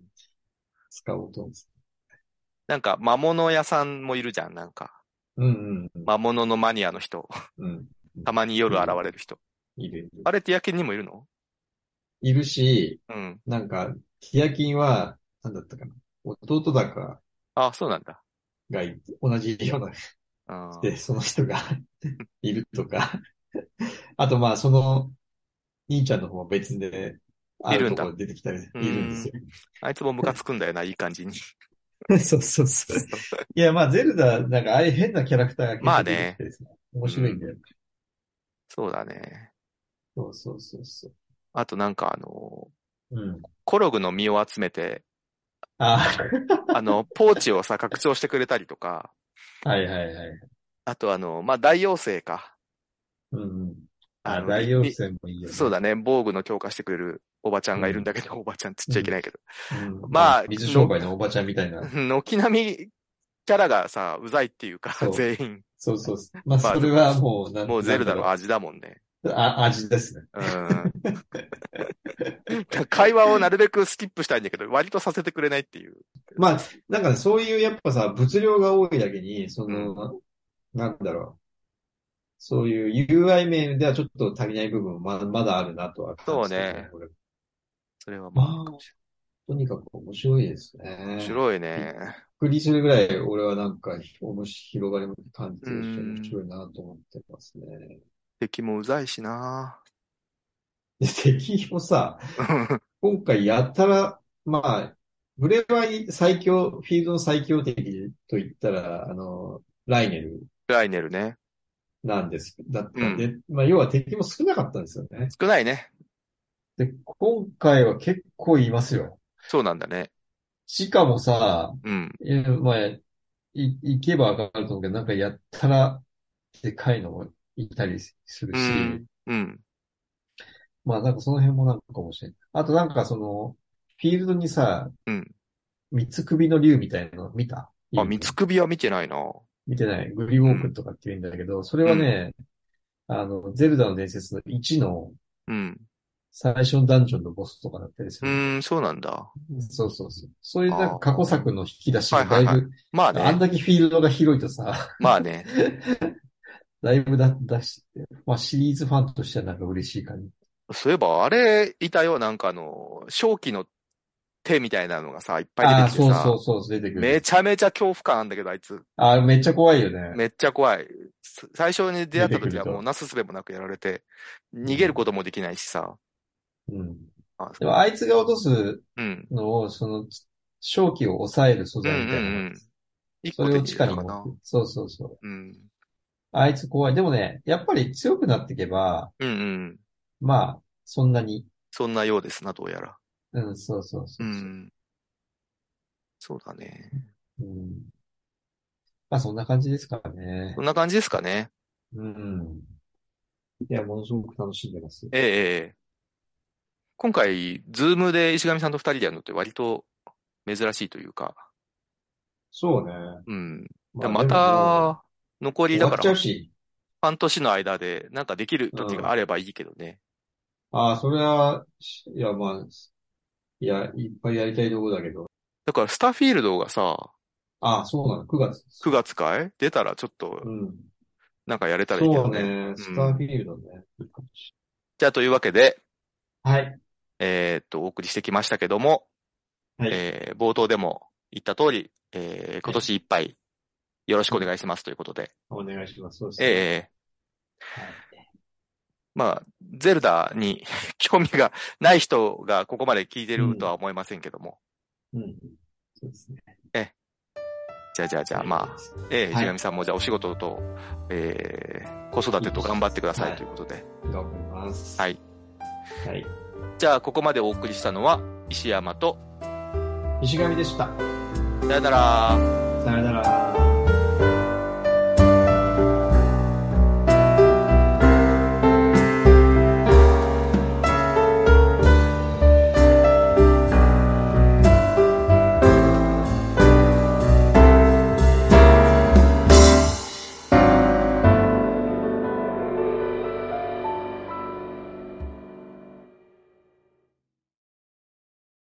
使おうと思って。なんか、魔物屋さんもいるじゃん、なんか。うんうん魔物のマニアの人。 うん。うん。たまに夜現れる人。いるいる。あれ、ティアキンにもいるのいるし、うん。なんか、ティアキンは、なんだったかな。弟だかあ、そうなんだ。がいて、同じようなうんで、その人が いるとか。あと、まあ、その、兄ちゃんの方も別で、あいるるんとだころで出てきたり、いるんですよ。 あいつもムカつくんだよな、いい 感じに。そうそうそう。いや、まあ、ゼルダ、なんか、ああいう変なキャラクターが結構まあね出てきてですね。面白いんだよ。そうだね。そうそうそうそう。あとなんかあの、うん。コログの実を集めて、ああ の、ポーチをさ、拡張してくれたりとか、あ、 はいはいはい。あとあの、まあ、大妖精か。うんうん。ああ、の大妖精もいいよね。そうだね、防具の強化してくれるおばちゃんがいるんだけど、おばちゃんつっちゃいけないけど。うん。まあ水商売のおばちゃんみたいな。軒並みキャラがさ、うざいっていうかそ、う全員、そうそうそう。まあ、まあそれはもう、なんもうゼルダなんの味だもんね。だろうあ、味ですね。うん。 会話をなるべくスキップしたいんだけど、割とさせてくれないっていう。まあ、なんかね、そういうやっぱさ、物量が多いだけに、その、なんだろう。そういう UI 面ではちょっと足りない部分もままだあるなとは感じてるそうねこれそれはまあ、まあとにかく面白いですね。面白いね。びっくりするぐらい俺はなんかおもし広がりも感じてるし、うん面白いなと思ってますね。敵もうざいしな。 で、敵もさ、今回やったら、まあ、ブレワイ最強、フィールドの最強敵と言ったら、あの、ライネルライネルね。なんです。だったんで、まあ、要は敵も少なかったんですよね。少ないね。で、今回は結構いますよ。そうなんだね。しかもさ、うん。えまあ、い、行けばわかると思うけど、なんかやったら、でかいのもいたりするうし、ん。うん。まあなんかその辺もなんか面白い。あとなんかその、フィールドにさ、うん三つ首の竜みたいなの見たあ、三つ首は見てないな。見てない。グリウォークとかって言うんだけど、それはね、あの、ゼルダの伝説の1のうん。最初のダンジョンのボスとかだったりすうる。ーん、そうなんだ。そうそうそう。そういうなんか過去作の引き出しがだはいいはいはぶ、まああんね。だけフィールドが広いとさ、 まあね。だいぶだ出して、まあシリーズファンとしてはなんか嬉しい感じ。そういえば、あれ、いたよ。なんかあの、正気の手みたいなのがさ、いっぱいあ出あ、てきてそうさ。そうそう、出てくめる。ちゃめちゃ恐怖感あんだけど、あいつ。ああ、めっちゃ怖いよね。めっちゃ怖い。す最初に出会った時は出てくるともうなすすべもなくやられて、逃げることもできないしさ。うん。あ、そでうもあいつが落とすうん。のを、その、正気を抑える素うんう材んみたういな。ん。一そ個れ手をに地入下れにた持かっな。て。そうそうそう。うん。あいつ怖い。でもね、やっぱり強くなっていけば、うんうん。まあ、そんなに。そんなようですな、どうやら。うん、そうそうそうう。ん。そうだね。うん。まあ、そんな感じですからねそ。んな感じですかね。うん。いや、ものすごく楽しんでます。ええええ。今回、ズームで石上さんと二人でやるのって割と珍しいというか。そうね。うん。まあまでもた、残り終だわかっちゃらう、し。半年の間で、なんかできる時があればいいけどね。ああ、それは、いや、まあ、いや、いっぱいやりたいとこだけど。だから、スターフィールドがさ、ああ、そうなの、9月です9月かい出たらちょっとう、ん。なんかやれたらいいけそうどね。ね、スターフィールドね。じゃあ、というわけで、はい。えーっと、お送りしてきましたけども、はいえー冒頭でも言った通り、えー今年いっぱいよろしくお願いしますということで、お願いします。そうですね。えーはいまあ、ゼルダに 興味がない人がここまで聞いてるとは思いませんけども、うん。そうですね。じゃあじゃあじゃあ、まあ、ええ、はい石上さんもじゃあお仕事と、ええ、子育てと頑張ってくださいということで。あ、頑張ります。はい。はい。じゃあ、ここまでお送りしたのは、石山と、石神でした。さよなら。さよなら。